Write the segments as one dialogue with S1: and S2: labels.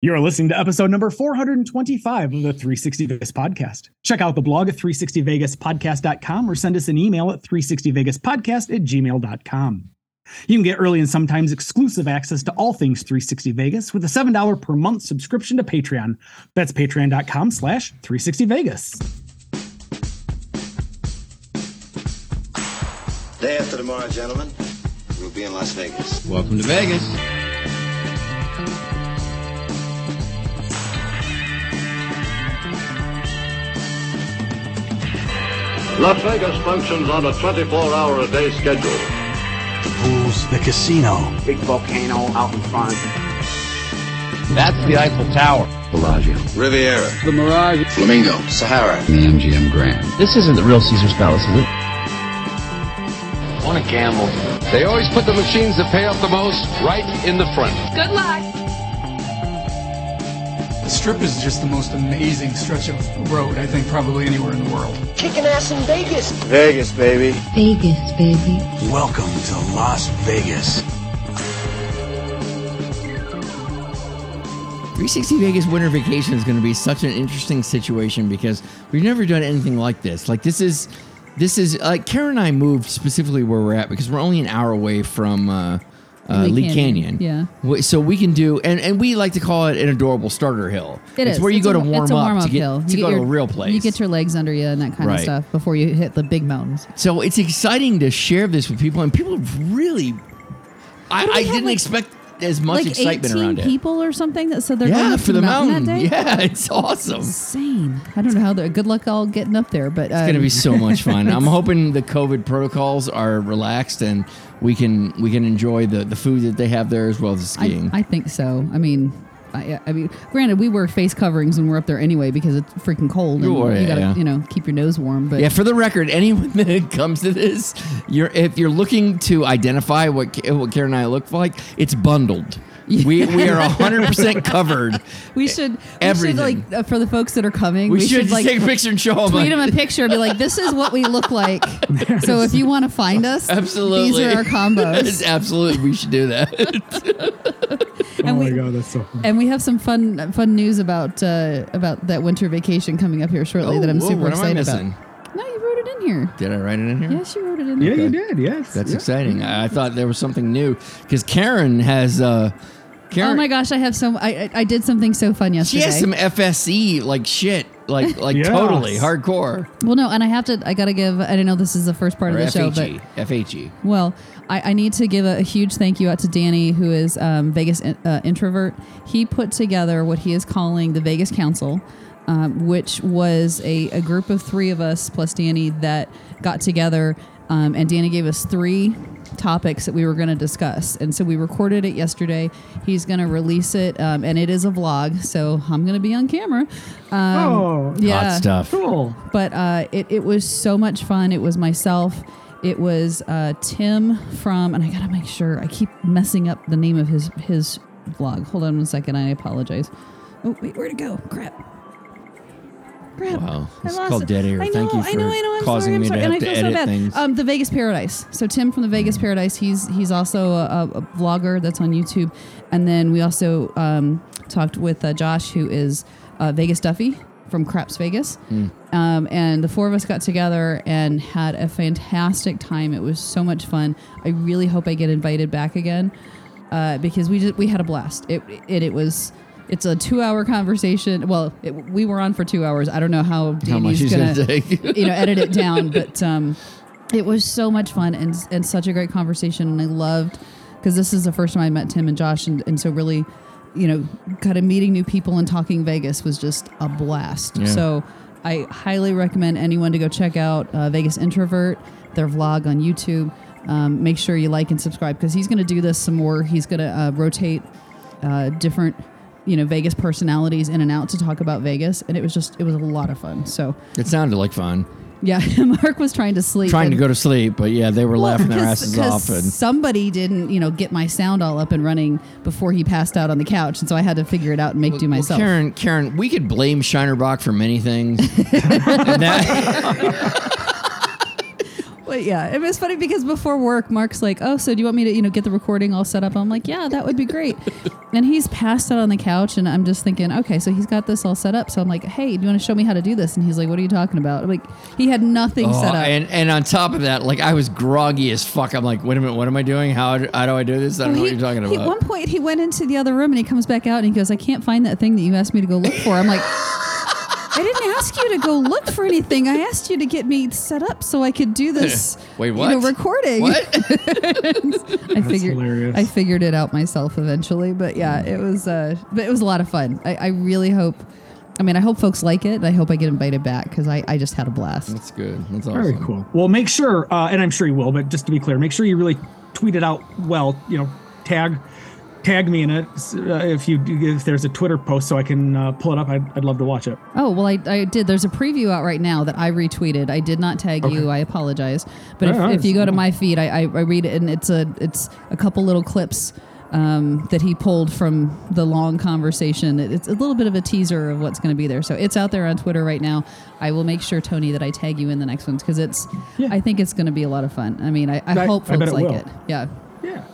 S1: You're listening to episode number 425 of the 360 Vegas podcast. Check out the blog at 360vegaspodcast.com or send us an email at 360vegaspodcast at gmail.com. You can get early and sometimes exclusive access to all things 360 Vegas with a $7 per month subscription to Patreon. That's patreon.com slash 360vegas.
S2: Day after tomorrow, gentlemen, we'll be in Las Vegas.
S3: Welcome to Vegas.
S4: Las Vegas functions on a 24-hour-a-day schedule.
S5: Pools, the casino.
S6: Big volcano out in front.
S3: That's the Eiffel Tower.
S7: Bellagio.
S2: Riviera.
S8: The Mirage.
S2: Flamingo. Sahara.
S7: The MGM Grand.
S3: This isn't the real Caesar's Palace, is it?
S9: I want to gamble.
S10: They always put the machines that pay off the most right in the front.
S11: Good luck.
S12: The strip is just the most amazing stretch of road, I think, probably anywhere in the world.
S13: Kicking ass in Vegas.
S2: Vegas, baby.
S14: Vegas, baby.
S5: Welcome to Las Vegas.
S3: 360 Vegas winter vacation is going to be such an interesting situation because we've never done anything like this. Like, this is this is like Karen and I moved specifically where we're at because we're only an hour away from uh, uh, Lee, Canyon.
S11: Canyon.
S3: Yeah. So we can do, and, and we like to call it an adorable starter hill.
S11: It
S3: it's
S11: is.
S3: where you
S11: It's
S3: go
S11: a-
S3: to
S11: it's
S3: warm
S11: a
S3: up to
S11: warm-up
S3: get,
S11: hill.
S3: to
S11: You get
S3: go to
S11: your-
S3: a real place.
S11: You get your legs under you and that kind
S3: Right.
S11: of stuff before you hit the big mountains.
S3: so it's exciting to share this with people, and people really, I,
S11: What do we
S3: I
S11: have,
S3: didn't
S11: like-
S3: expect as much
S11: like
S3: excitement
S11: 18
S3: around it.
S11: people or something that said they're going
S3: Yeah,
S11: up
S3: for the mountain.
S11: that day.
S3: Yeah, it's awesome.
S11: Insane. I don't know how. they're Good luck all getting up there, but um,
S3: It's gonna be so much fun. I'm hoping the COVID protocols are relaxed and we can we can enjoy the, the food that they have there as well as the
S11: I,
S3: skiing.
S11: I think so. I mean. I, I mean, granted, we wear face coverings when we're up there anyway because it's freaking cold, and
S3: Oh, yeah,
S11: you gotta,
S3: yeah.
S11: you know, keep your nose warm. But
S3: yeah, for the record, anyone that comes to this, you're if you're looking to identify what Ka- what Karen and I look like, it's bundled. We we are 100 percent covered.
S11: we should, we
S3: Everything.
S11: should like uh, for the folks that are coming,
S3: We,
S11: we,
S3: should, just
S11: like
S3: take a picture and show them.
S11: tweet them a picture and be like, "This is what we look like." so if you want to find us,
S3: Absolutely,
S11: these are our combos.
S3: Absolutely, we should do that.
S1: Oh
S11: And
S1: my
S11: we-
S1: God, that's so fun.
S11: And we have some fun fun news about uh, about that winter vacation coming up here shortly that I'm
S3: Oh, whoa,
S11: super
S3: what am I
S11: excited
S3: missing?
S11: about. No, you wrote it in here.
S3: Did I write it in here?
S11: Yes, you wrote it in
S1: Yeah,
S11: there.
S1: you did. Yes.
S3: That's
S1: yeah.
S3: exciting. I, I thought there was something new because Karen has. Uh, Karen,
S11: Oh my gosh, I have some. I I- I did something so fun
S3: She
S11: yesterday.
S3: has some FSE like shit, like like
S1: Yes.
S3: totally hardcore.
S11: well, no, and I have to. I gotta give. I don't know. This is the first part
S3: Or E,
S11: of the show, but
S3: FHE, FHE.
S11: Well, I, I need to give a, huge thank you out to Danny, who is um, Vegas in, uh, introvert. He put together what he is calling the Vegas Council, um, which was a, a group of three of us plus Danny that got together, um, and Danny gave us three topics that we were going to discuss. And so we recorded it yesterday. He's going to release it, um, and it is a vlog, so I'm going to be on camera. Um,
S1: Oh.
S11: yeah
S3: Hot stuff.
S1: Cool.
S11: but uh, it, it was so much fun. It was myself. It was uh, Tim from, and I gotta make sure I keep messing up the name of his his vlog. Hold on one second. I apologize. Oh wait, where'd it go? Crap. Crap.
S3: Wow.
S11: I
S3: It's
S11: lost
S3: called
S11: it.
S3: dead air.
S11: I know,
S3: Thank you
S11: I know,
S3: for
S11: I know. I'm
S3: causing
S11: sorry, I'm
S3: me to
S11: sorry.
S3: have
S11: and I
S3: to
S11: feel so
S3: edit
S11: bad.
S3: things. Mm-hmm.
S11: Um, the Vegas Paradise. So Tim from the Vegas Paradise. He's he's also a, a vlogger that's on YouTube, and then we also um, talked with uh, Josh, who is uh, Vegas Duffy from Craps Vegas.
S3: Hmm.
S11: Um, and the four of us got together and had a fantastic time. It was so much fun. I really hope I get invited back again uh, because we just we had a blast. It it, it was. It's a two-hour conversation. Well, it, we were on for two hours. I don't know how
S3: How much
S11: Danny's
S3: he's
S11: gonna,
S3: gonna take.
S11: you know, edit it down. But um, it was so much fun and, and such a great conversation. And I loved because this is the first time I met Tim and Josh. And, and so, really, you know, kind of meeting new people and talking Vegas was just a blast.
S3: Yeah.
S11: So, I highly recommend anyone to go check out uh, Vegas Introvert, their vlog on YouTube. Um, make sure you like and subscribe because he's going to do this some more. He's going to uh, rotate uh, different, you know, Vegas personalities in and out to talk about Vegas, and it was just it was a lot of fun. So
S3: it sounded like fun.
S11: yeah, Mark was trying to sleep.
S3: Trying to
S11: and-
S3: go to sleep, but yeah, they were laughing their
S11: 'cause-
S3: asses
S11: 'cause
S3: off. And
S11: somebody didn't, you know, get my sound all up and running before he passed out on the couch, and so I had to figure it out and make do
S3: Well,
S11: myself.
S3: Karen, Karen, we could blame Shinerbach for many things. And that-
S11: But yeah, it was funny because before work, Mark's like, "Oh, so do you want me to, you know, get the recording all set up?" I'm like, "Yeah, that would be great." and he's passed out on the couch, and I'm just thinking, okay, so he's got this all set up. So I'm like, hey, do you want to show me how to do this? And he's like, what are you talking about? I'm like, he had nothing
S3: Oh,
S11: set up.
S3: and and on top of that, like I was groggy as fuck. I'm like, wait a minute, what am I doing? How do, how do I do this? I don't know
S11: Well,
S3: what you're talking
S11: he-
S3: about.
S11: At one point, he went into the other room and he comes back out and he goes, I can't find that thing that you asked me to go look for. I'm like, I didn't ask you to go look for anything. I asked you to get me set up so I could do this
S3: Wait,
S11: you
S3: what?
S11: know, recording.
S3: What?
S11: I figured
S1: hilarious.
S11: I figured it out myself eventually, but yeah, it was uh, but it was a lot of fun. I, I really hope. I mean, I hope folks like it. and I hope I get invited back because I, I just had a blast.
S3: That's good. That's awesome.
S1: Very cool. Well, make sure, uh, and I'm sure you will, but just to be clear, make sure you really tweet it out well. You know, tag tag me in it uh, if you if there's a Twitter post so I can uh, pull it up. I'd, I'd love to watch it.
S11: Oh well, I, I did. There's a preview out right now that I retweeted. I did not tag you. I apologize. But if,
S1: Yeah,
S11: if you go to
S1: it's-
S11: my feed, I, I, I read it, and it's a it's a couple little clips um, that he pulled from the long conversation. It, it's a little bit of a teaser of what's going to be there. So it's out there on Twitter right now. I will make sure Tony that I tag you in the next ones because it's.
S1: Yeah.
S11: I think it's going to be a lot of fun. I mean, I, I,
S1: I-
S11: hope
S1: I
S11: folks
S1: bet it
S11: like
S1: will.
S11: it. Yeah.
S1: Yeah.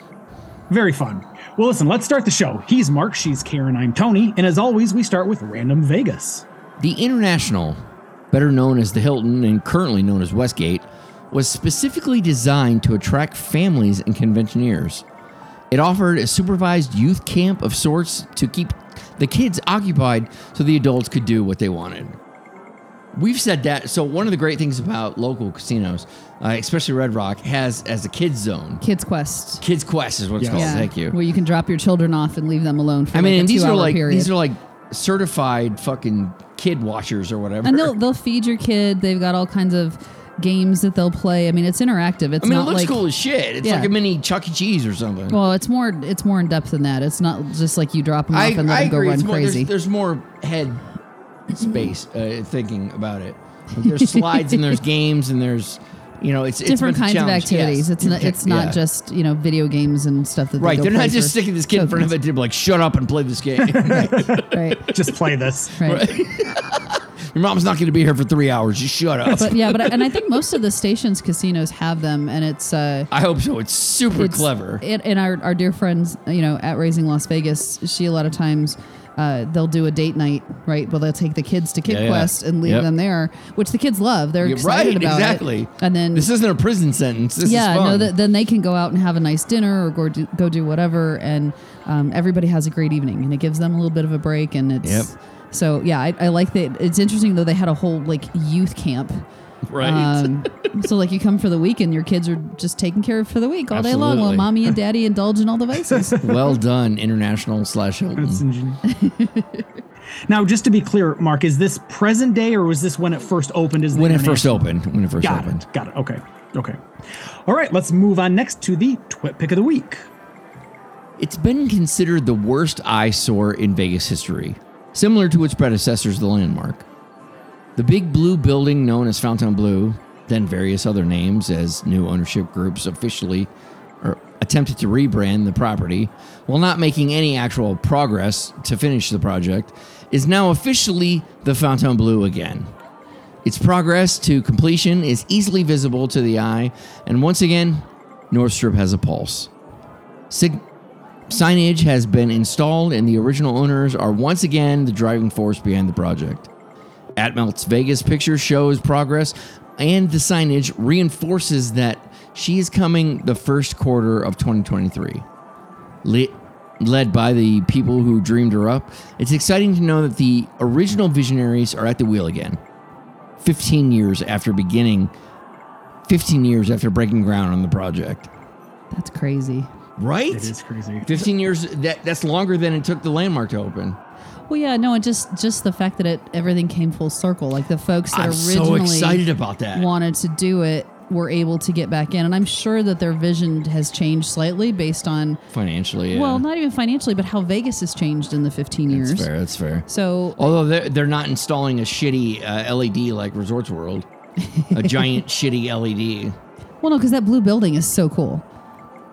S1: Very fun. Well, listen, let's start the show. He's Mark, she's Karen, I'm Tony, and as always, we start with Random Vegas.
S3: The International, better known as the Hilton and currently known as Westgate, was specifically designed to attract families and conventioneers. It offered a supervised youth camp of sorts to keep the kids occupied so the adults could do what they wanted. We've said that. So, one of the great things about local casinos, uh, especially Red Rock, has as a kids zone.
S11: Kids Quest.
S3: Kids Quest is what it's
S1: Yes.
S3: called.
S11: yeah.
S3: Thank you.
S11: Where you can drop your children off and leave them alone for
S3: I mean,
S11: like a
S3: and these are
S11: two-hour
S3: like
S11: period.
S3: these are like certified fucking kid watchers or whatever.
S11: And they'll they'll feed your kid. They've got all kinds of games that they'll play. I mean, it's interactive. It's
S3: I mean, it
S11: not
S3: looks
S11: like
S3: cool as shit. It's
S11: Yeah.
S3: like a mini Chuck E. Cheese or something.
S11: well, it's more it's more in depth than that. It's not just like you drop them off and let them go
S3: It's
S11: run
S3: more- there's-
S11: crazy.
S3: There's, more head space uh, thinking about it. There's slides and there's games and there's, you know, it's it's
S11: Different
S3: meant
S11: kinds
S3: to
S11: of
S3: challenge-
S11: activities.
S3: yes.
S11: It's not, it's not
S3: Yeah.
S11: just you know video games and stuff that they
S3: right.
S11: Go
S3: They're
S11: play
S3: not just
S11: for
S3: sticking this kid in front of a table like, shut up and play this game.
S11: children. Right,
S1: Just play this.
S11: right.
S3: Your mom's not going to be here for three hours. Just shut up.
S11: But yeah, but I- and I think most of the stations casinos have them, and it's uh,
S3: I hope so. It's super
S11: it's-
S3: clever.
S11: It, and our, our dear friends, you know, at Raising Las Vegas, she a lot of times uh, they'll do a date night, right? Well, they'll take the kids to Kid
S3: Yeah, yeah.
S11: Quest and leave
S3: Yep.
S11: them there, which the kids love. They're
S3: Yeah,
S11: excited
S3: right.
S11: about
S3: Exactly.
S11: it. And then
S3: this isn't a prison sentence. This
S11: yeah,
S3: is fun.
S11: no, th- then they can go out and have a nice dinner or go do, go do whatever, and um, everybody has a great evening, and it gives them a little bit of a break, and it's
S3: Yep.
S11: so yeah, I, I like that. It's interesting though; they had a whole like youth camp.
S3: Right.
S11: Um, so like you come for the week and your kids are just taken care of for the week all day long while
S3: Absolutely.
S11: mommy and daddy indulge in all the vices.
S3: well done, international slash Hilton.
S1: That's ingenious. Mm. now, just to be clear, Mark, is this present day or was this when it first opened? Is
S3: when it first opened. When it first
S1: Got
S3: opened.
S1: it. Got it. Okay. Okay. All right. Let's move on next to the twit pick of the week.
S3: It's been considered the worst eyesore in Vegas history, similar to its predecessors, the Landmark. The big blue building known as Fontainebleau, then various other names as new ownership groups officially or attempted to rebrand the property, while not making any actual progress to finish the project, is now officially the Fontainebleau again. Its progress to completion is easily visible to the eye, and once again, North Strip has a pulse. Sig- Signage has been installed, and the original owners are once again the driving force behind the project. Atmelt's Vegas picture shows progress, and the signage reinforces that she is coming the first quarter of 2023. Lit, led by the people who dreamed her up, it's exciting to know that the original visionaries are at the wheel again. 15 years after beginning, 15 years after breaking ground on the project.
S11: That's crazy.
S3: Right?
S1: It is crazy.
S3: 15 years that that's longer than it took the landmark to open
S11: Well, yeah, no, and just just the fact that it everything came full circle, like the folks that
S3: i'm so
S11: originally
S3: excited about that
S11: wanted to do it were able to get back in, and I'm sure that their vision has changed slightly based on
S3: financially yeah.
S11: well, not even financially, but how Vegas has changed in the 15 years.
S3: that's fair that's fair
S11: So
S3: although they're, they're not installing a shitty uh, led like resorts world a giant shitty E led
S11: Well, no, because that blue building is so cool.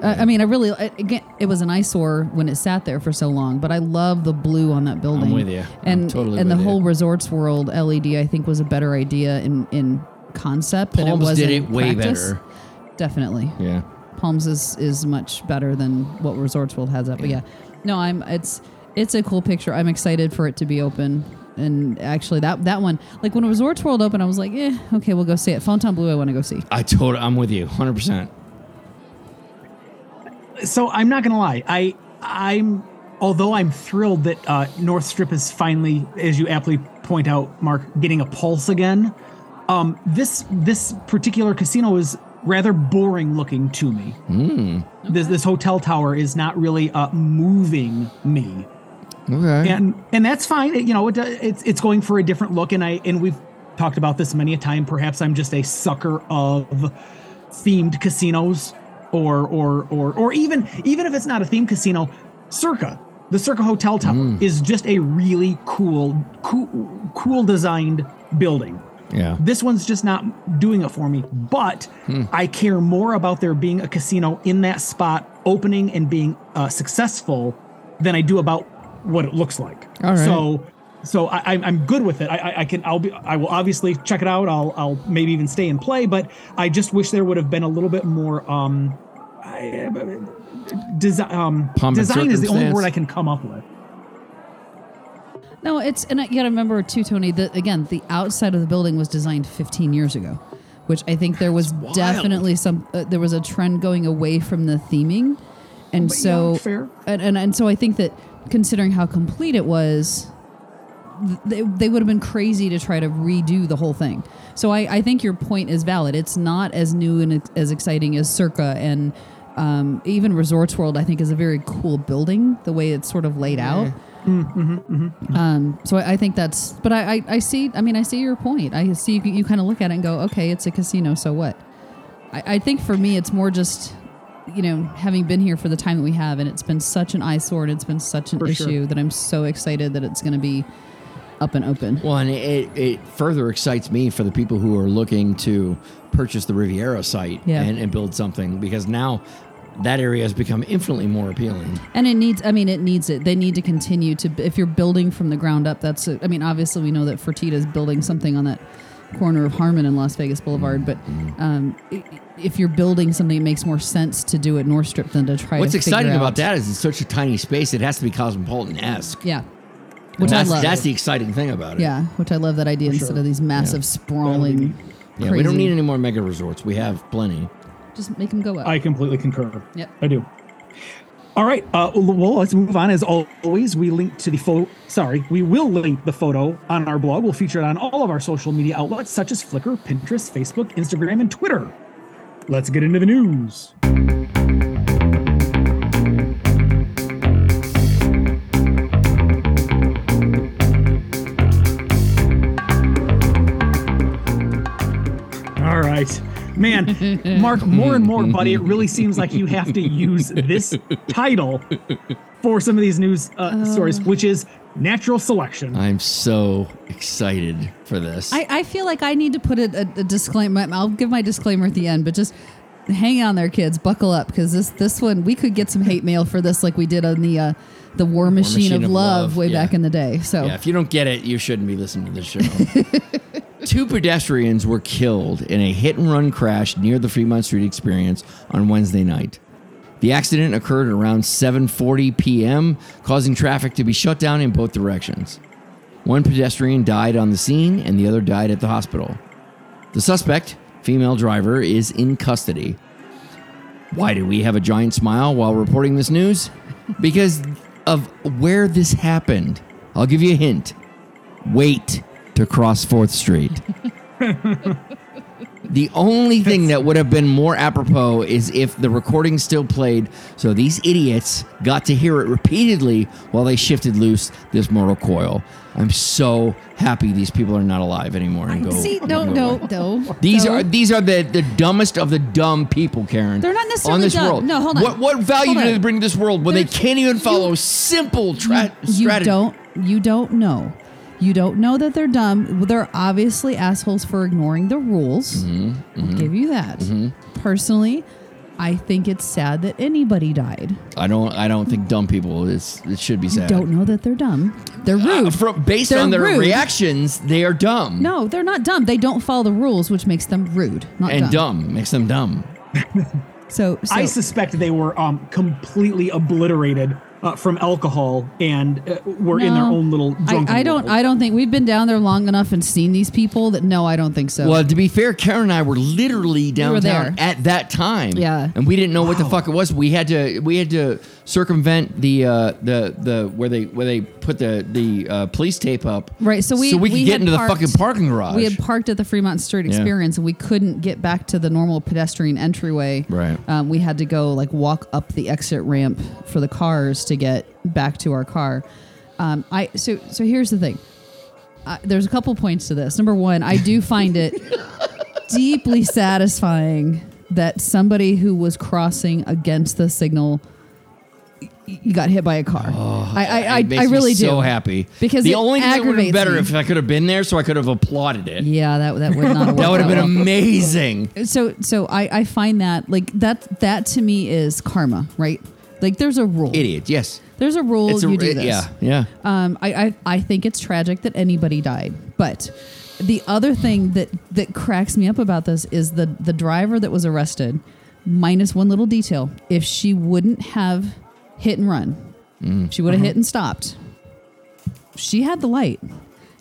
S11: I I mean, I really I- again, it was an eyesore when it sat there for so long, but I love the blue on that building.
S3: with you. I'm
S11: And
S3: totally
S11: and the
S3: with you.
S11: whole Resorts World LED, I think, was a better idea in in concept than it
S3: Palms
S11: was
S3: did
S11: in
S3: it way
S11: practice.
S3: better.
S11: Definitely,
S3: yeah
S11: Palms is is much better than what Resorts World has up. But yeah, No, I'm. It's it's a cool picture. I'm excited for it to be open. And actually, that that one, like when Resorts World opened, I was like, eh, okay, we'll go see it. Fontainebleau, I want to go see.
S3: I told. I'm with you, hundred percent.
S1: So I'm not gonna lie. I I'm although I'm thrilled that uh, North Strip is finally, as you aptly point out, Mark, getting a pulse again. Um, this this particular casino is rather boring looking to me. This this hotel tower is not really uh, moving me
S3: Okay.
S1: and and that's fine. It- you know, it, do- it's it's going for a different look, and I and we've talked about this many a time. Perhaps I'm just a sucker of themed casinos, or or or or even even if it's not a themed casino, Circa, the Circa Hotel Tower is just a really cool cool cool designed building.
S3: yeah. Hmm.
S1: This one's just not doing it for me, but I care more about there being a casino in that spot opening and being uh, successful than I do about what it looks like.
S3: All right.
S1: So, so I, I'm- I'm good with it. I, I, I can, I'll be, I will obviously check it out. I'll, I'll maybe even stay and play, but I just wish there would have been a little bit more, um, I, desi- um,
S3: Pomp and
S1: design is the only
S3: circumstance.
S1: word I can come up with.
S11: No, it's and you got to remember too, Tony. That again, the outside of the building was designed 15 years ago, which I think there was definitely some. Uh, there was a trend going away from the theming, and
S1: But, yeah,
S11: so
S1: fair.
S11: And, and and so I think that considering how complete it was, th- they, they would have been crazy to try to redo the whole thing. So I, I think your point is valid. It's not as new and ex- as exciting as Circa and um, even Resorts World. I think is a very cool building the way it's sort of laid out. Um, so I, I think that's, but I, I, I see, I mean, I see your point. I see you, you kind of look at it and go, okay, it's a casino, so what? I, I think for me, it's more just, you know, having been here for the time that we have, and it's been such an eyesore and it's been such an issue that I'm so excited that it's going to be up and open.
S3: Well, and it, it, it further excites me for the people who are looking to purchase the Riviera site
S11: Yeah.
S3: and, and build something because now that area has become infinitely more appealing.
S11: And it needs, I mean, it needs it. They need to continue to, if you're building from the ground up, that's, a, I mean, obviously we know that Fertitta is building something on that corner of Harmon and Las Vegas Boulevard, but um, i- i- if you're building something, it makes more sense to do it North Strip than to try
S3: What's
S11: to figure
S3: exciting
S11: out-
S3: about that is it's such a tiny space; it has to be cosmopolitan esque.
S11: Yeah. Which
S3: that's,
S11: I love.
S3: that's the exciting thing about it.
S11: yeah, which I love that idea instead of these massive sprawling.
S3: Yeah, we don't
S11: crazy-
S3: need any more mega resorts. We have plenty.
S11: Just make them go up.
S1: I completely concur.
S11: Yep.
S1: I do. All right. Uh, well, let's move on. As always, we link to the photo. Sorry, we will link the photo on our blog. We'll feature it on all of our social media outlets such as Flickr, Pinterest, Facebook, Instagram, and Twitter. Let's get into the news. All right. Man, Mark, more and more, buddy, it really seems like you have to use this title for some of these news uh, stories, which is natural selection.
S3: I'm so excited for this.
S11: I, I feel like I need to put a, a, a disclaimer. I'll give my disclaimer at the end, but just hang on there, kids. Buckle up because this this one we could get some hate mail for this, like we did on the uh, the War Machine,
S3: Machine
S11: of,
S3: of
S11: Love,
S3: Love,
S11: way
S3: yeah.
S11: back in the day. So
S3: Yeah, if you don't get it, you shouldn't be listening to this show. Two pedestrians were killed in a hit and run crash near the Fremont Street Experience on Wednesday night. The accident occurred around 7:40 p.m., causing traffic to be shut down in both directions. One pedestrian died on the scene and the other died at the hospital. The suspect, female driver, is in custody. Why do we have a giant smile while reporting this news? Because of where this happened. I'll give you a hint. Wait to cross 4th Street. the only thing that would have been more apropos is if the recording still played, so these idiots got to hear it repeatedly while they shifted loose this mortal coil. I'm so happy these people are not alive anymore. And go,
S11: see,
S3: go
S11: no, no,
S3: away.
S11: no.
S3: These
S11: no.
S3: are these are the, the dumbest of the dumb people, Karen.
S11: They're not necessarily
S3: on this
S11: dumb.
S3: world.
S11: No, hold on.
S3: What what value
S11: Hold
S3: do
S11: on.
S3: they bring to this world when they
S11: There's-
S3: can't even follow
S11: you-
S3: simple tra-
S11: you
S3: strategy?
S11: don't you don't know you don't know that they're dumb they're obviously assholes for ignoring the rules
S3: Mm-hmm,
S11: i'll give you that personally i think it's sad that anybody died
S3: I don't. I don't think dumb people. It's it should be said.
S11: don't know that they're dumb they're rude
S3: Uh, from based
S11: They're
S3: on their
S11: rude.
S3: reactions, they are dumb.
S11: no they're not dumb they don't follow the rules which makes them rude not
S3: and dumb. makes them dumb.
S11: so, so
S1: I suspect they were um, completely obliterated uh, from alcohol and uh, were in their
S11: No.
S1: own little drunken
S11: I, I don't.
S1: world.
S11: I don't think we've been down there long enough and seen these people that no, I don't think so.
S3: Well, to be fair, Karen and I were literally downtown
S11: there.
S3: at that time.
S11: Yeah.
S3: and we didn't know what the fuck it was. We had to we had to circumvent the uh, the the where they where they put the the uh, police tape up.
S11: Right. So we
S3: so we could get
S11: had
S3: into
S11: parked-
S3: the fucking parking garage.
S11: We had parked at the Fremont Street
S3: Yeah.
S11: Experience, and we couldn't get back to the normal pedestrian entryway.
S3: Right.
S11: Um, we had to go like walk up the exit ramp for the cars to get back to our car. Um, I so so here's the thing. Uh, there's a couple points to this. Number one, I do find it deeply satisfying that somebody who was crossing against the signal y- you got hit by a car. I I, I,
S3: Oh, It makes
S11: I
S3: me
S11: really do.
S3: so happy
S11: because
S3: the
S11: it
S3: only thing that would have been
S11: aggravates
S3: better
S11: me.
S3: if I could have been there, so I could have applauded it.
S11: Yeah, that that would not.
S3: That would have been
S11: amazing
S3: amazing.
S11: so so I, I find that like that that to me is karma, right? Like there's a rule.
S3: Idiot. Yes.
S11: There's a rule
S3: It's a-
S11: you do this.
S3: yeah, yeah.
S11: Um, I, I I think it's tragic that anybody died, but the other thing that that cracks me up about this is the the driver that was arrested, minus one little detail. If she wouldn't have hit and run,
S3: Mm.
S11: she
S3: Uh-huh.
S11: would have hit and stopped. She had the light.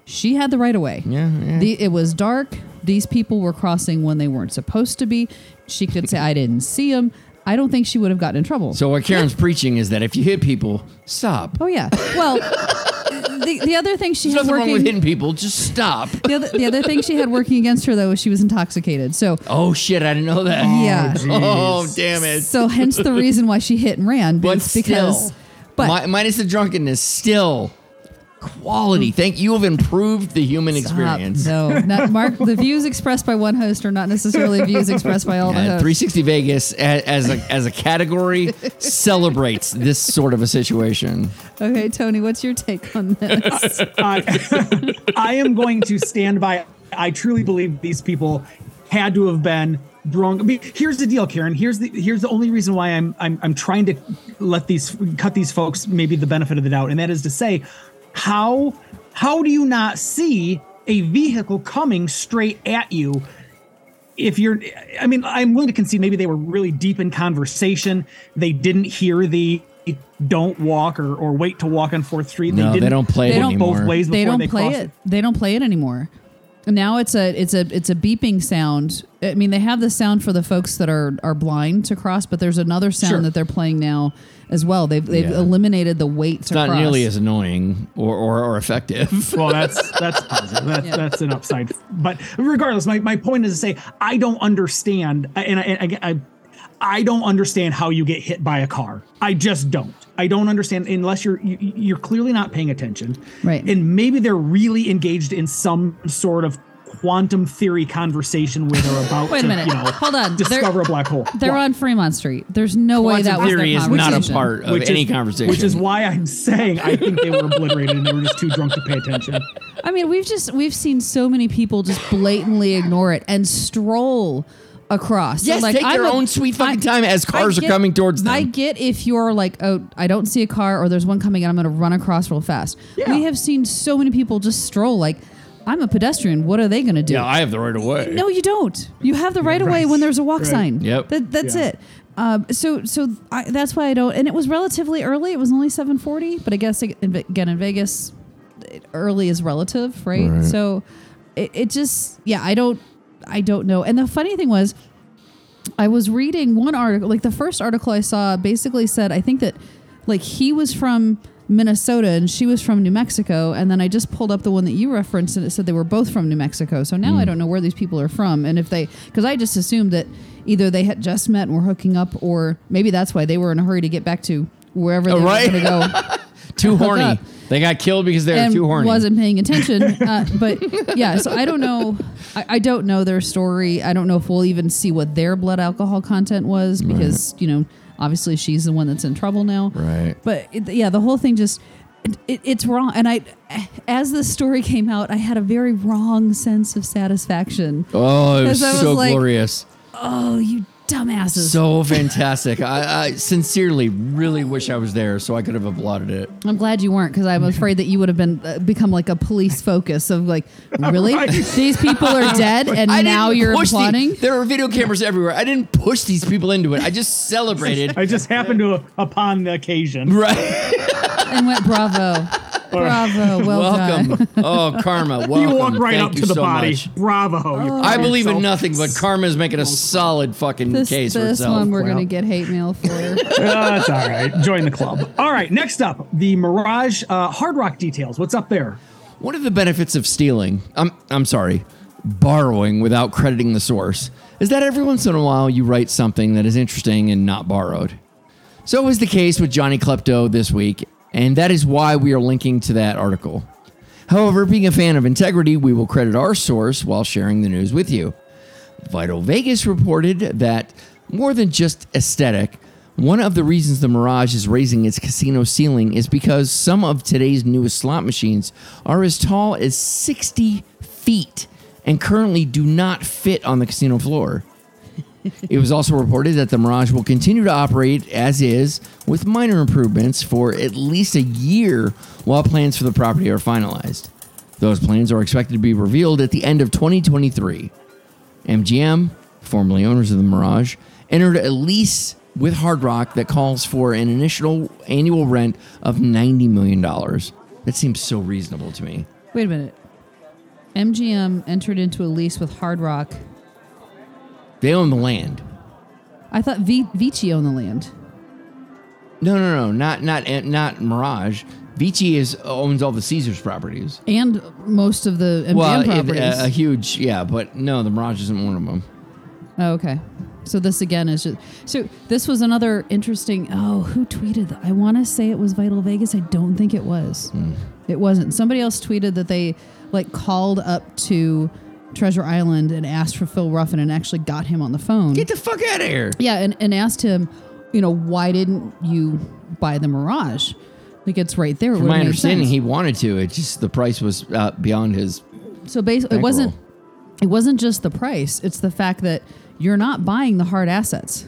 S11: She had the right of way.
S3: Yeah, yeah.
S11: The, it was dark. These people were crossing when they weren't supposed to be. She could say, "I didn't see them." I don't think she would have gotten in trouble.
S3: So what Karen's preaching is that if you hit people, stop.
S11: Oh yeah. Well, the, the other thing she
S3: There's
S11: had
S3: nothing wrong
S11: working
S3: with hitting people. Just stop.
S11: the other, the other thing she had working against her though was she was intoxicated. So
S3: Oh shit! I didn't know that.
S11: Oh, yeah.
S3: Oh damn it!
S11: So hence the reason why she hit and ran.
S3: but
S11: is because
S3: still,
S11: but
S3: mi- minus the drunkenness, still quality. Thank you have improved the human experience.
S11: No, not Mark. The views expressed by one host are not necessarily views expressed by all the
S3: Uh,
S11: hosts.
S3: 360 Vegas a- as a as a category celebrates this sort of a situation.
S11: Okay, Tony, what's your take on this?
S1: I, I am going to stand by. I truly believe these people had to have been drunk. I mean, here's the deal, Karen. Here's the here's the only reason why I'm I'm I'm trying to let these cut these folks maybe the benefit of the doubt, and that is to say, how how do you not see a vehicle coming straight at you? if you're i mean i'm willing to concede maybe they were really deep in conversation they didn't hear the don't walk or, or wait to walk on fourth street
S3: No, they
S1: didn't,
S3: don't play it
S1: look both
S3: anymore.
S1: ways before
S11: they
S1: they,
S11: don't play
S1: cross
S11: it. They don't play it anymore. Now it's a it's a it's a beeping sound. I mean, they have the sound for the folks that are are blind to cross, but there's another sound
S1: Sure.
S11: that they're playing now as well. They've they've
S3: Yeah.
S11: eliminated the wait
S3: It's
S11: to
S3: not
S11: cross.
S3: nearly as annoying or or, or effective.
S1: well that's that's positive that's, that's an upside but regardless my, my point is to say i don't understand and I, and I, I i don't understand how you get hit by a car i just don't i don't understand unless you're you, you're clearly not paying attention
S11: Right.
S1: and maybe they're really engaged in some sort of quantum theory conversation where they're about
S11: Wait a
S1: to
S11: minute.
S1: you know
S11: Hold on. They're-
S1: discover a black hole
S11: They're
S1: What?
S11: on Fremont Street. There's no way
S3: Quantum
S11: that was their
S3: theory is not a
S11: conversation.
S3: part of
S1: Which is-
S3: any conversation.
S1: which is why i'm saying i think they were obliterated and they were just too drunk to pay attention
S11: I mean, we've just we've seen so many people just blatantly ignore it and stroll across.
S3: Yes, take their own sweet fucking time as cars are coming towards them.
S11: I get if you're like, oh, I don't see a car or there's one coming and I'm going to run across real fast.
S1: Yeah.
S11: We have seen so many people just stroll like, I'm a pedestrian. What are they going to do?
S3: yeah, I have the right of way.
S11: No, you don't. You have the right of way when there's a walk sign.
S3: Yep.
S11: That, that's
S1: Yeah.
S11: it. Um, so so I, that's why I don't. And it was relatively early. It was only seven forty. But I guess ag- in Ve- again in Vegas, it- early is relative, right? So it, it just yeah. I don't I don't know. And the funny thing was, I was reading one article. Like the first article I saw basically said I think that like he was from. Minnesota and she was from New Mexico. And then I just pulled up the one that you referenced and it said they were both from New Mexico. So
S3: Mm.
S11: now I don't know where these people are from and if they, because I just assumed that either they had just met and were hooking up or maybe that's why they were in a hurry to get back to wherever they
S3: Oh, right.
S11: were going to go
S3: too
S11: hook
S3: horny.
S11: up.
S3: They got killed because they were
S11: and
S3: too horny.
S11: wasn't paying attention. Uh, but yeah, so I don't know. I, I don't know their story. I don't know if we'll even see what their blood alcohol content was because you know obviously she's the one that's in trouble now.
S3: Right.
S11: But it, yeah, the whole thing just it, it, it's wrong. And I, as the story came out, I had a very wrong sense of satisfaction.
S3: Oh, it was
S11: Because I was
S3: so
S11: like-
S3: glorious.
S11: Oh, you dumbasses.
S3: So fantastic. I, I sincerely really wish I was there so I could have applauded it.
S11: I'm glad you weren't because I'm afraid that you would have been uh, become like a police focus of like, really,
S1: Right.
S11: these people are dead, and
S3: I
S11: now
S3: didn't
S11: you're
S3: push the-
S11: applauding.
S3: there are video cameras everywhere. I didn't push these people into it. I just celebrated.
S1: I just happened to upon the occasion.
S3: right.
S11: and went bravo, bravo, well done.
S3: Welcome. Oh, karma. Welcome.
S1: You walk right
S3: Thank
S1: up
S3: you
S1: to the
S3: so
S1: body.
S3: much.
S1: Bravo.
S11: Oh,
S1: you
S3: I believe in
S1: yourself.
S3: nothing, but karma's making a solid fucking
S11: This,
S3: case for
S11: this
S3: itself.
S11: one we're
S1: Wow.
S11: gonna get hate mail for.
S1: Uh, that's all right. Join the club. All right. Next up, the Mirage uh, Hard Rock details. What's up there?
S3: What are the benefits of stealing? I'm I'm sorry, borrowing without crediting the source. Is that every once in a while you write something that is interesting and not borrowed? So is the case with Johnny Klepto this week, and that is why we are linking to that article. However, being a fan of integrity, we will credit our source while sharing the news with you. Vital Vegas reported that more than just aesthetic, one of the reasons the Mirage is raising its casino ceiling is because some of today's newest slot machines are as tall as 60 feet and currently do not fit on the casino floor. It was also reported that the Mirage will continue to operate as is with minor improvements for at least a year while plans for the property are finalized. Those plans are expected to be revealed at the end of 2023. MGM, formerly owners of the Mirage, entered a lease with Hard Rock that calls for an initial annual rent of $90 million. That seems so reasonable to me.
S11: Wait a minute. MGM entered into a lease with Hard Rock.
S3: They own the land.
S11: I thought v- Vici owned the land.
S3: No, no, no, not not not Mirage. Vici is owns all the Caesars properties.
S11: And most of the MGM
S3: well, it- uh,
S11: properties.
S3: a, a huge, yeah, but no, the Mirage isn't one of them.
S11: Oh, okay. So this again is just so this was another interesting oh, who tweeted that? I wanna say it was Vital Vegas. I don't think it was.
S3: Hmm.
S11: It wasn't. Somebody else tweeted that they like called up to Treasure Island and asked for Phil Ruffin and actually got him on the phone.
S3: Get the fuck out of here!
S11: Yeah, and, and asked him, you know, why didn't you buy the Mirage? Like it's right there. It
S3: From
S11: would've
S3: my
S11: made
S3: understanding,
S11: sense.
S3: he wanted to. It just the price was uh, beyond his.
S11: so basically
S3: bankroll.
S11: it wasn't it wasn't just the price. It's the fact that you're not buying the hard assets.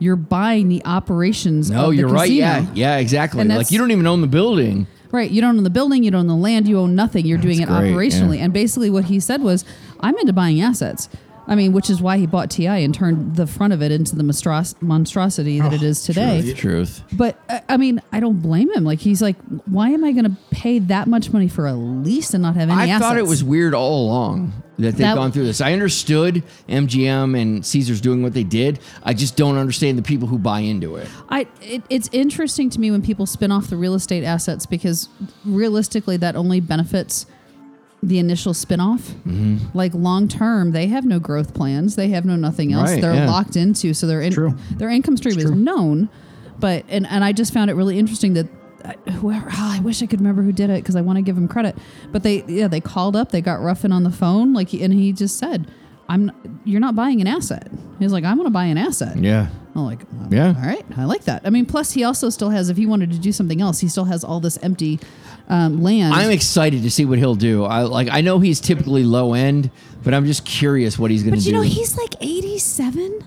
S11: You're buying the operations. of
S3: No,
S11: Oh, the
S3: Oh, you're right.
S11: casino.
S3: Yeah, yeah, exactly.
S11: And
S3: Like
S11: that's-
S3: you don't even own the building.
S11: Right. You don't own the building, you don't own the land, you own nothing. You're doing it
S3: That's great,
S11: operationally.
S3: yeah.
S11: And basically, what he said was, I'm into buying assets. I mean, which is why he bought TI and turned the front of it into the monstros- monstrosity that
S3: Oh,
S11: it is today.
S3: Truth, truth.
S11: But uh, I- I mean, I don't blame him. Like he's like, why am I going to pay that much money for a lease and not have any
S3: I
S11: assets?
S3: thought it was weird all along that they've
S11: That-
S3: gone through this. I understood MGM and Caesars doing what they did. I just don't understand the people who buy into it.
S11: I it, it's interesting to me when people spin off the real estate assets because realistically, that only benefits the initial spin-off
S3: Mm-hmm.
S11: like long term they have no growth plans they have no nothing else
S3: Right,
S11: they're
S3: yeah.
S11: locked into so their in,
S1: True.
S11: their income stream is known but and and i just found it really interesting that uh, whoever oh, i wish i could remember who did it because i want to give him credit but they yeah they called up they got ruffin on the phone like and he just said i'm you're not buying an asset he's like i want to buy an asset
S3: Yeah.
S11: I'm like,
S3: Yeah.
S11: yeah. All right. I like that. I mean, plus he also still has, if he wanted to do something else, he still has all this empty um, land.
S3: I'm excited to see what he'll do. I like. I know he's typically low end, but I'm just curious what he's going
S11: but
S3: to
S11: you
S3: do.
S11: know, he's like 87.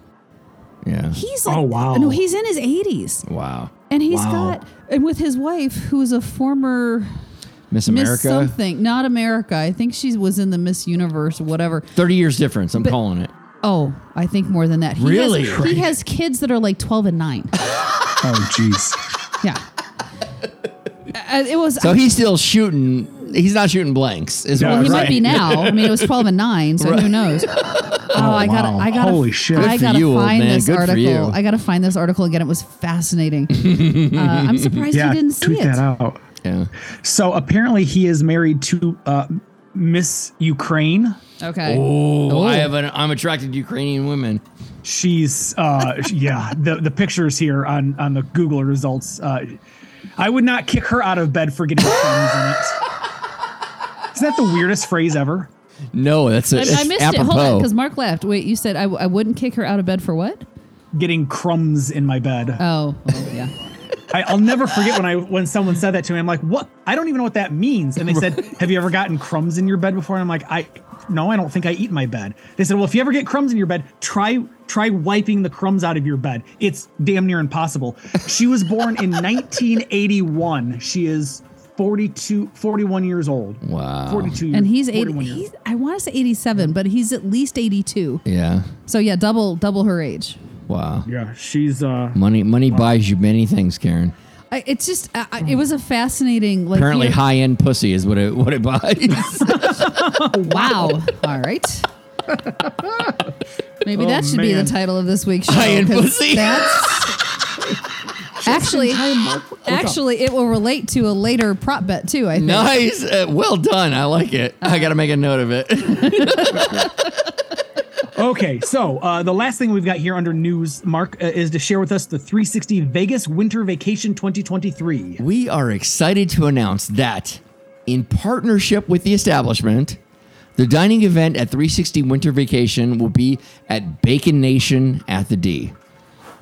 S3: yeah.
S11: He's like,
S1: Oh, wow.
S11: No, he's in his 80s.
S3: Wow.
S11: And he's
S1: Wow.
S11: got, and with his wife, who's a former
S3: Miss
S11: Miss
S3: America.
S11: something, not America. I think she was in the Miss Universe, whatever.
S3: 30 years difference. I'm calling it.
S11: Oh, I think more than that. He
S3: Really?
S11: Has, he has kids that are like 12 and 9.
S1: Oh, jeez.
S11: yeah. Uh, it was
S3: So he's still shooting. He's not shooting blanks. Is
S11: Well,
S3: what
S11: he
S3: I'm
S11: might be
S3: saying.
S11: now. I mean, it was twelve and nine, so who knows? Oh, I got,
S1: wow.
S11: I got,
S1: Holy shit.
S3: Good
S11: I
S3: for
S11: got
S3: you,
S11: to
S3: old
S11: find
S3: man.
S11: this
S3: Good for you.
S11: article. I got to find this article again. It was fascinating. uh, I'm surprised
S1: Yeah.
S11: you didn't see
S1: tweet
S11: it.
S1: that out.
S3: Yeah.
S1: So apparently, he is married to uh, Miss Ukraine.
S11: Okay.
S3: Oh, I have an. I'm attracted to Ukrainian women.
S1: She's uh, yeah. The the pictures here on on the Google results. Uh, I would not kick her out of bed for getting crumbs in it. Isn't that the weirdest phrase ever?
S3: No, that's a,
S11: I, I
S3: it's
S11: missed it. Hold on,
S3: apropos.
S11: because Mark left. Wait, you said I, w- I wouldn't kick her out of bed for what?
S1: Getting crumbs in my bed.
S11: Oh, oh, yeah.
S1: I, I'll never forget when I when someone said that to me. I'm like, what? I don't even know what that means. And they said, Have you ever gotten crumbs in your bed before? And I'm like, I no, I don't think I eat in my bed. They said, well, if you ever get crumbs in your bed, try try wiping the crumbs out of your bed. It's damn near impossible. She was born in 1981. She is 42, 41 years old.
S3: Wow.
S1: 42
S11: and he's 80,
S1: 41 years
S11: he's, I want to say 87, but he's at least 82.
S3: Yeah.
S11: So yeah, double double her age.
S3: Wow.
S1: Yeah, she's uh
S3: Money money buys you many things, Karen.
S11: I, it's just I, I, it was a fascinating like
S3: Apparently,
S11: you know-
S3: high end pussy is what it what it buys.
S11: Wow. All right. Maybe that should be the
S1: man.
S11: title of this week's show.
S3: Oh, High end
S11: 'cause
S3: pussy.
S11: That's actually actually it will relate to a later prop bet too. I think.
S3: nice. Uh, well done. I like it. I got to make a note of it.
S1: Okay, so uh, the last thing we've got here under news, Mark, uh, is to share with us the 360 Vegas Winter Vacation 2023.
S3: We are excited to announce that, in partnership with the establishment, the dining event at 360 Winter Vacation will be at Bacon Nation at the D.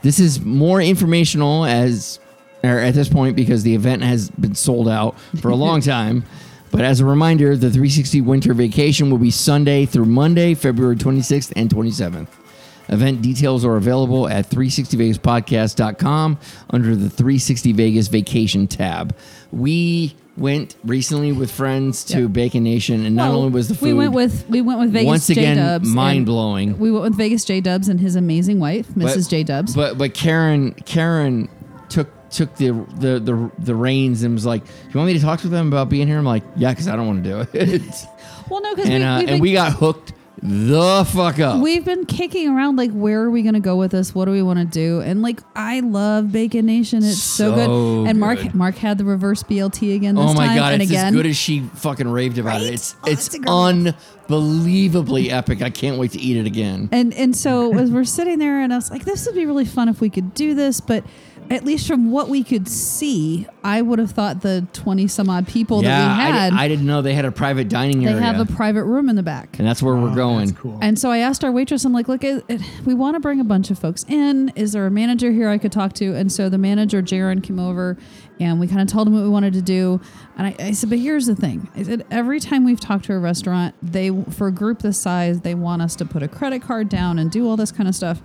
S3: This is more informational as or at this point because the event has been sold out for a long time. But as a reminder, the 360 Winter Vacation will be Sunday through Monday, February 26th and 27th. Event details are available at 360vegaspodcast.com under the 360 Vegas Vacation tab. We went recently with friends to
S11: Yeah.
S3: Bacon Nation, and not
S11: Well,
S3: only was the food
S11: we went with we went with Vegas
S3: once
S11: J
S3: again
S11: Dubs and-
S3: mind blowing,
S11: We went with Vegas J Dubs and his amazing wife,
S3: but-
S11: Mrs. J Dubs.
S3: But but Karen Karen took took the, the the the reins and was like, "You want me to talk to them about being here?" I'm like, "Yeah, because I don't want to do it."
S11: Well, no, because we,
S3: and uh,
S11: we've been-
S3: and we got hooked the fuck up.
S11: We've been kicking around like where are we going to go with this? What do we want to do? And like I love Bacon Nation. It's
S3: So
S11: so, good. And Mark
S3: good.
S11: Mark had the reverse BLT again this
S3: oh my
S11: time
S3: god,
S11: and
S3: it's
S11: again.
S3: as good as she fucking raved about it. It's
S11: Oh,
S3: it's
S11: that's a good one.
S3: unbelievably epic. I can't wait to eat it again.
S11: and and so as we're sitting there and I was like this would be really fun if we could do this, but at least from what we could see, I would have thought the 20 some odd people
S3: yeah,
S11: that we
S3: I,
S11: had
S3: di- I didn't know they had a private dining
S11: they
S3: area.
S11: have a Oh, private room in the back.
S3: and Oh, that's where we're going.
S1: Cool.
S11: And so I asked our waitress, I'm like, look, it, it, we want to bring a bunch of folks in. Is there a manager here I could talk to? And so the manager, Jaron, came over and we kind of told him what we wanted to do. And I, I said, but here's the thing. I said, every time we've talked to a restaurant, they, for a group this size, they want us to put a credit card down and do all this kind of stuff.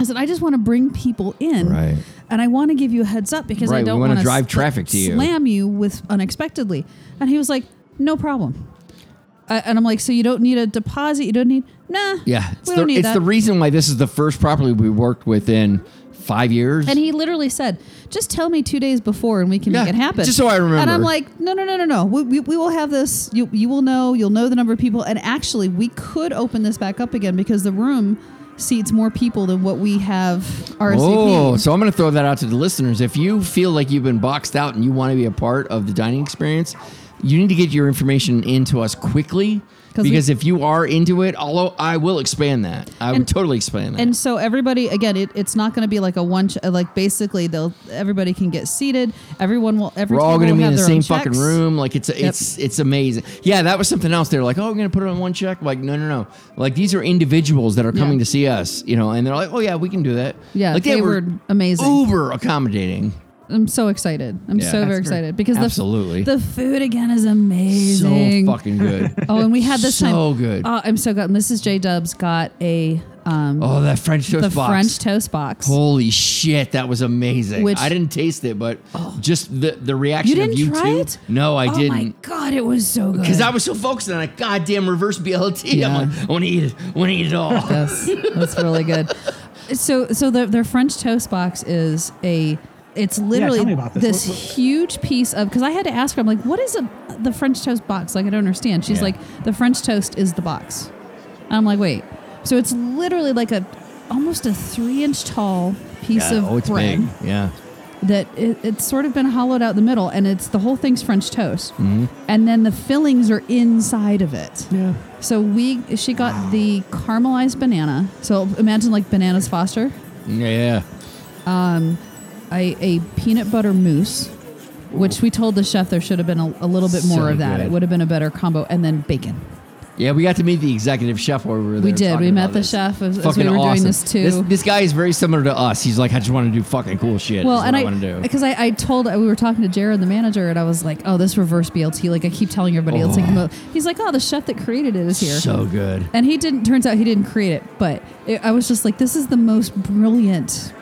S11: I said, I just want to bring people in.
S3: Right.
S11: And I want to give you a heads up because
S3: Right,
S11: I
S3: we
S11: don't
S3: wanna
S11: want to
S3: drive traffic to you.
S11: Slam you with unexpectedly. And he was like, no problem. I, and I'm like, so you don't need a deposit? You don't need nah.
S3: Yeah, it's,
S11: we
S3: the,
S11: don't need
S3: it's
S11: that.
S3: the reason why this is the first property we worked with in five years.
S11: and he literally said, just tell me two days before and we can
S3: Yeah,
S11: make it happen.
S3: just so I remember.
S11: And I'm like, no, no, no, no, no. We, we, we will have this. You, you will know. You'll know the number of people. And actually, we could open this back up again because the room seats more people than what we have RSVP.
S3: Oh, so I'm going to throw that out to the listeners. If you feel like you've been boxed out and you want to be a part of the dining experience, you need to get your information into us quickly
S11: 'Cause we-
S3: because if you are into it, although I will expand that, I would
S11: And-
S3: totally expand that.
S11: And so everybody, again, it, it's not going to be like a one. Ch- like basically, they'll everybody can get seated. Everyone will. Every
S3: we're all
S11: table
S3: going to
S11: will
S3: be in
S11: have
S3: the
S11: their
S3: same
S11: own
S3: fucking
S11: checks.
S3: room. Like it's it's it's amazing. Yeah, that was something else. They're like, oh, we're going to put it on one check. Like, no, no, no. Like these are individuals that are coming to see us, you know. And they're like, oh yeah, we can do that.
S11: Yeah,
S3: like
S11: they were amazing.
S3: uber accommodating.
S11: I'm so excited. I'm
S3: Yeah. That's
S11: so very
S3: great.
S11: excited because the f-
S3: Absolutely.
S11: the, food again is amazing.
S3: So fucking good.
S11: oh, and we had this
S3: so
S11: time.
S3: good.
S11: Oh, I'm so good. Mrs. J Dubs got a um
S3: oh, that French toast
S11: the
S3: box.
S11: French toast box.
S3: Holy shit, that was amazing.
S11: Which-
S3: I didn't taste it, but just the the reaction
S11: you didn't
S3: of you
S11: try
S3: two.
S11: it?
S3: No, I
S11: oh my
S3: didn't.
S11: god, it was so good.
S3: Because I was so focused on a goddamn reverse BLT.
S11: Yeah.
S3: I'm like, I want to eat it. I want to eat it all.
S11: Yes, that's really good. So, so the, their French toast box is a. It's literally
S1: tell me about this.
S11: this
S1: What-
S11: huge piece of because I had to ask her. I'm like, what is a the French toast box? Like, I don't understand. She's
S3: Yeah.
S11: like, the French toast is the box. And I'm like, wait. So it's literally like a almost a three inch tall piece of
S3: oh, it's
S11: bread
S3: big. Yeah.
S11: that it, it's sort of been hollowed out in the middle, and it's the whole thing's French toast,
S3: Mm-hmm.
S11: and then the fillings are inside of it. Yeah. So we she got the caramelized banana. So imagine like bananas Foster,
S3: Yeah, yeah.
S11: a, a peanut butter mousse, which we told the chef there should have been a, a little bit more
S3: So
S11: of that.
S3: good.
S11: It would have been a better combo, and then bacon.
S3: Yeah, we got to meet the executive chef while we were there.
S11: We did.
S3: talking
S11: We
S3: about
S11: met the
S3: this.
S11: chef as, as
S3: Fucking
S11: we were
S3: awesome.
S11: doing this too.
S3: This, this guy is very similar to us. He's like, I just want to do fucking cool shit.
S11: well,
S3: is
S11: and
S3: what I,
S11: I
S3: want to do.
S11: because I, I told we were talking to Jared, the manager, and I was like, "Oh, this reverse BLT." Like I keep telling everybody else, like,
S3: Oh.
S11: "Mo-" he's like, "Oh, the chef that created it is here."
S3: So good.
S11: and he didn't. Turns out he didn't create it, but it, I was just like, "This is the most brilliant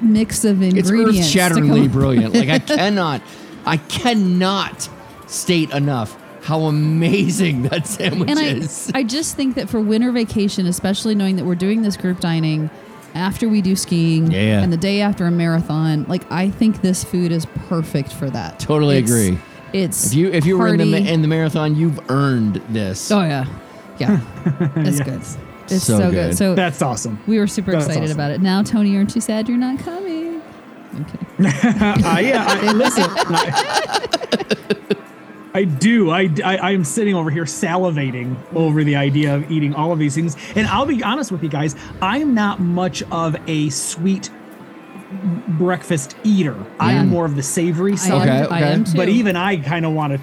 S11: mix of
S3: It's
S11: ingredients." to
S3: earth
S11: come
S3: shatteringly
S11: up
S3: brilliant. Like I cannot, I cannot state enough how amazing that sandwich
S11: and I,
S3: is.
S11: I just think that for winter vacation, especially knowing that we're doing this group dining after we do skiing
S3: Yeah.
S11: and the day after a marathon, like I think this food is perfect for that.
S3: Totally
S11: It's-
S3: agree.
S11: It's
S3: if you if you were in the ma-
S11: hearty.
S3: in the marathon, you've earned this.
S11: oh yeah, yeah, it's good. It's
S3: So
S11: so, good.
S3: good.
S11: So
S1: That's awesome.
S11: we were super
S1: that's
S11: excited
S1: awesome.
S11: about it. Now, Tony, aren't you sad you're not coming? Okay.
S1: Uh, yeah, I, listen. I, I do. I, I am sitting over here salivating over the idea of eating all of these things. And I'll be honest with you guys, I'm not much of a sweet breakfast eater. I am
S11: Yeah.
S1: more of the savory
S11: I, am,
S1: side.
S3: Okay,
S11: I am
S3: okay.
S11: too.
S1: But even I kind of want to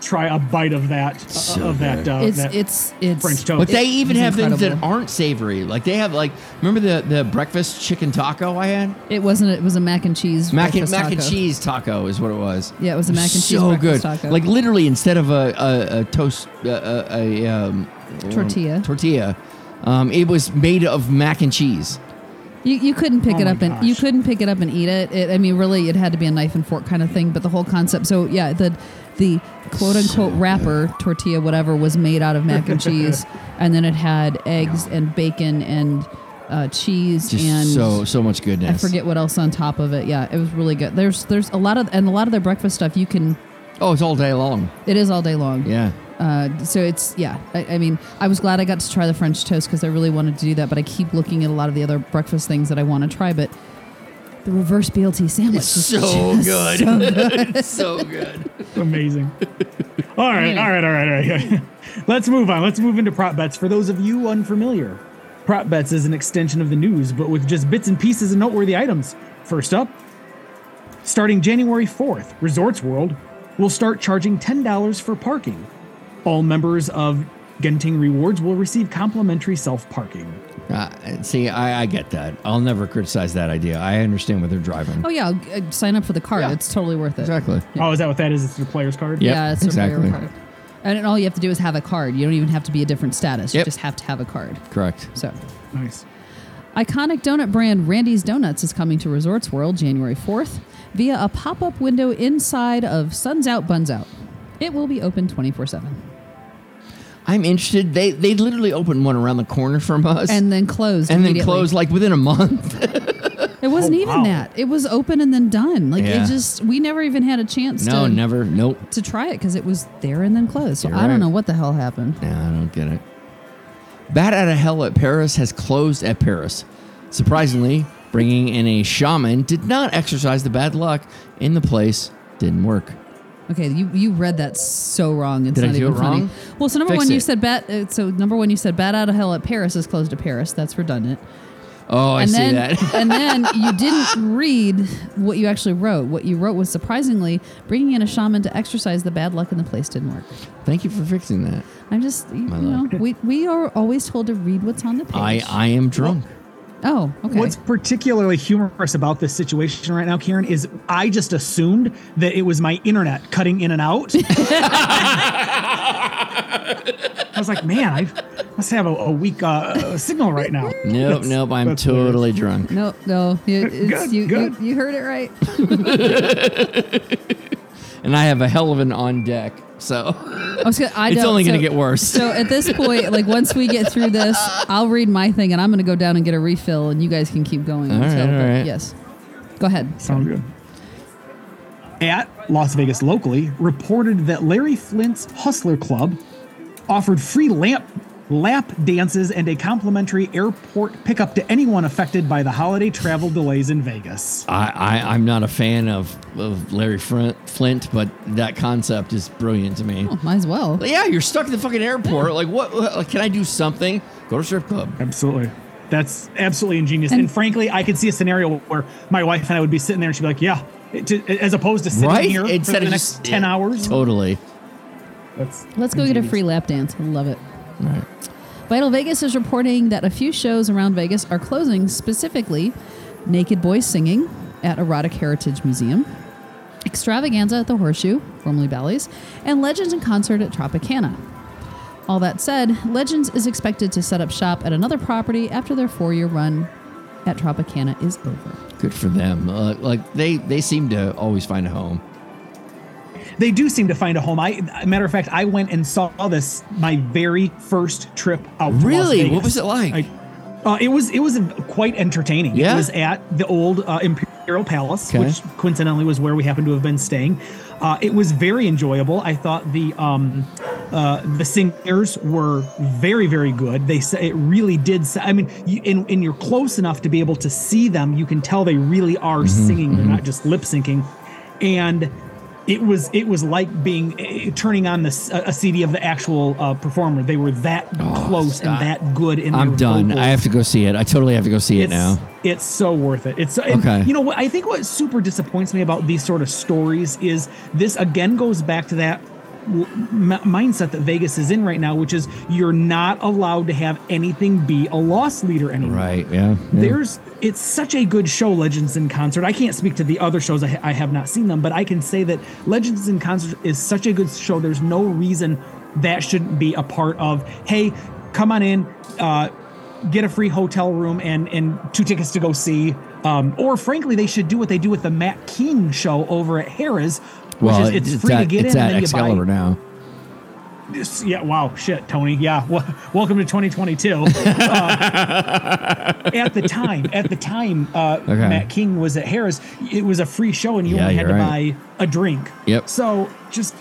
S1: try a bite of that
S3: So
S1: of that,
S3: good.
S1: uh,
S11: it's
S1: that
S11: it's it's
S1: French toast.
S3: But they even
S11: it's
S3: have things that
S11: incredible.
S3: aren't savory. Like they have like remember the the breakfast chicken taco I had?
S11: It wasn't. It was a mac and cheese.
S3: Mac and,
S11: breakfast
S3: mac and
S11: taco.
S3: cheese taco is what it was.
S11: Yeah, it was a mac and cheese
S3: So good.
S11: breakfast taco.
S3: Like literally, instead of a a, a toast a, a, a um,
S11: Tortilla.
S3: tortilla, um, it was made of mac and cheese.
S11: You, you couldn't pick
S1: Oh
S11: it
S1: my
S11: up and you
S1: gosh.
S11: couldn't pick it up and eat it. it. I mean, really, it had to be a knife and fork kind of thing. But the whole concept. So yeah, the the quote unquote wrapper tortilla whatever was made out of mac and cheese, and then it had eggs and bacon and uh, cheese
S3: Just
S11: and
S3: so so much
S11: I
S3: goodness.
S11: forget what else on top of it. Yeah, it was really good. There's there's a lot of and a lot of their breakfast stuff you can.
S3: Oh, it's all day long.
S11: It is all day long.
S3: Yeah.
S11: Uh, so it's yeah. I, I mean, I was glad I got to try the French toast because I really wanted to do that, but I keep looking at a lot of the other breakfast things that I want to try. But the reverse BLT sandwich
S3: It's
S11: is
S3: so
S11: just
S3: good.
S11: so good.
S3: so good.
S1: Amazing. All right, all right, all right, all right. Let's move on. Let's move into prop bets. For those of you unfamiliar, prop bets is an extension of the news, but with just bits and pieces and noteworthy items. First up, starting January 4th, Resorts World will start charging $10 for parking. All members of Genting Rewards will receive complimentary self parking.
S3: Uh, see, I, I get that. I'll never criticize that idea. I understand what they're driving.
S11: Oh yeah, I'll, uh, sign up for the card.
S3: Yeah.
S11: It's totally worth it.
S3: Exactly.
S1: Oh, is that what that is? It's the player's card?
S3: Yep,
S11: yeah, it's
S3: exactly.
S11: a rare card. And then all you have to do is have a card. You don't even have to be a different status. You
S3: Yep.
S11: just have to have a card.
S3: Correct.
S11: So,
S1: Nice.
S11: iconic donut brand Randy's Donuts is coming to Resorts World January 4th via a pop-up window inside of Suns Out Buns Out. It will be open 24/7.
S3: I'm interested. They they literally opened one around the corner from us,
S11: and then closed
S3: and then
S11: immediately.
S3: closed like within a month.
S11: it wasn't
S1: Oh,
S11: even
S1: wow.
S11: that it was open and then done like
S3: Yeah.
S11: it just we never even had a chance
S3: no,
S11: to,
S3: never. Nope.
S11: to try it because it was there and then closed so
S3: You're
S11: i
S3: right.
S11: don't know what the hell happened
S3: Nah, I don't get it. Bat out of Hell at Paris has closed at Paris. Surprisingly, bringing in a shaman did not exercise the bad luck in the place. Didn't work.
S11: okay you, you read that so wrong it's
S3: Did I
S11: not
S3: do
S11: even
S3: it wrong?
S11: funny well so number
S3: Fix
S11: one you
S3: it.
S11: said bat uh, so number one you said bat out of hell at paris is closed to paris that's redundant
S3: Oh, I
S11: and
S3: see
S11: then
S3: that.
S11: and then you didn't read what you actually wrote what you wrote was surprisingly bringing in a shaman to exercise the bad luck in the place didn't work
S3: Thank you for fixing that.
S11: i'm just you,
S3: My
S11: know
S3: love.
S11: we, we are always told to read what's on the page
S3: I I am drunk.
S11: Oh, okay.
S1: What's particularly humorous about this situation right now, Karen, is I just assumed that it was my internet cutting in and out. I was like, man, I must have a, a weak uh, signal right now.
S3: Nope, nope. I'm
S1: that's hilarious.
S3: totally drunk.
S11: no, no. You, it's-
S1: Good,
S11: you,
S1: good.
S11: You, you heard it right.
S3: And I have a hell of an on deck. So
S11: I was gonna, I
S3: It's
S11: don't-
S3: only gonna
S11: so-
S3: get worse.
S11: So at this point, like once we get through this, I'll read my thing and I'm going to go down and get a refill, and you guys can keep going.
S3: All
S11: until,
S3: right, all
S11: but
S3: right.
S11: Yes. Go ahead.
S1: Sounds good. At Las Vegas locally, reported that Larry Flint's Hustler Club offered free lamp lap dances and a complimentary airport pickup to anyone affected by the holiday travel delays in Vegas.
S3: I, I I'm not a fan of of Larry Flint, Flint, but that concept is brilliant to me.
S11: Oh, Might as well.
S3: Yeah, you're stuck at the fucking airport. Like, what? Like, can I do something? Go to strip club.
S1: Absolutely. That's absolutely ingenious. And,
S11: And-
S1: frankly, I could see a scenario where my wife and I would be sitting there and she'd be like, yeah, to, as opposed to sitting
S3: right?
S1: here for the next 10
S3: yeah,
S1: hours.
S3: Totally.
S1: That's
S11: Let's go get a
S1: ingenious.
S11: free lap dance. I love it.
S3: Right.
S11: Vital Vegas is reporting that a few shows around Vegas are closing, specifically Naked Boys Singing at Erotic Heritage Museum, Extravaganza at the Horseshoe, formerly Bally's, and Legends in Concert at Tropicana. All that said, Legends is expected to set up shop at another property after their four year run at Tropicana is over.
S3: Good for them. Uh, like they they seem to always find a home.
S1: They do seem to find a home. I matter of fact, I went and saw this my very first trip out. to Las
S3: Really?
S1: Vegas.
S3: What was it like?
S1: I- uh, it was it was quite entertaining.
S3: Yeah?
S1: It was at the old uh, Imperial Palace,
S3: Okay.
S1: which coincidentally was where we happened to have been staying. Uh, it was very enjoyable. I thought the um, uh, the singers were very very good. They sa- it really did. Sa- I mean, you, and, and you're close enough to be able to see them. You can tell they really are
S3: Mm-hmm,
S1: singing. They're not just lip syncing, and. It was it was like being eh, turning on this a CD of the actual uh, performer. They were that close
S3: Oh, stop.
S1: and that good. In
S3: I'm
S1: their
S3: done.
S1: vocals
S3: I have to go see it. I totally have to go see it
S1: it's,
S3: now.
S1: It's so worth it. It's and,
S3: Okay.
S1: You know what? I think what super disappoints me about these sort of stories is this again goes back to that w- m- mindset that Vegas is in right now, which is you're not allowed to have anything be a loss leader anymore.
S3: Right. Yeah. yeah.
S1: There's it's such a good show, Legends in Concert. I can't speak to the other shows. I, ha- I have not seen them, but I can say that Legends in Concert is such a good show. There's no reason that shouldn't be a part of. Hey, come on in, uh, get a free hotel room and and two tickets to go see. Um, or frankly, they should do what they do with the Matt King show over at Harrah's, which
S3: well,
S1: is it's, free
S3: at,
S1: to get
S3: it's
S1: in. and
S3: at
S1: then you buy-
S3: Excalibur now.
S1: Yes, yeah, wow, shit, Tony. Yeah, well, welcome to 2022. uh, at the time, at the time, uh, Matt King was at Harris. It was a free show, and you
S3: Yeah,
S1: only had to
S3: you're right.
S1: buy a drink.
S3: Yep.
S1: So just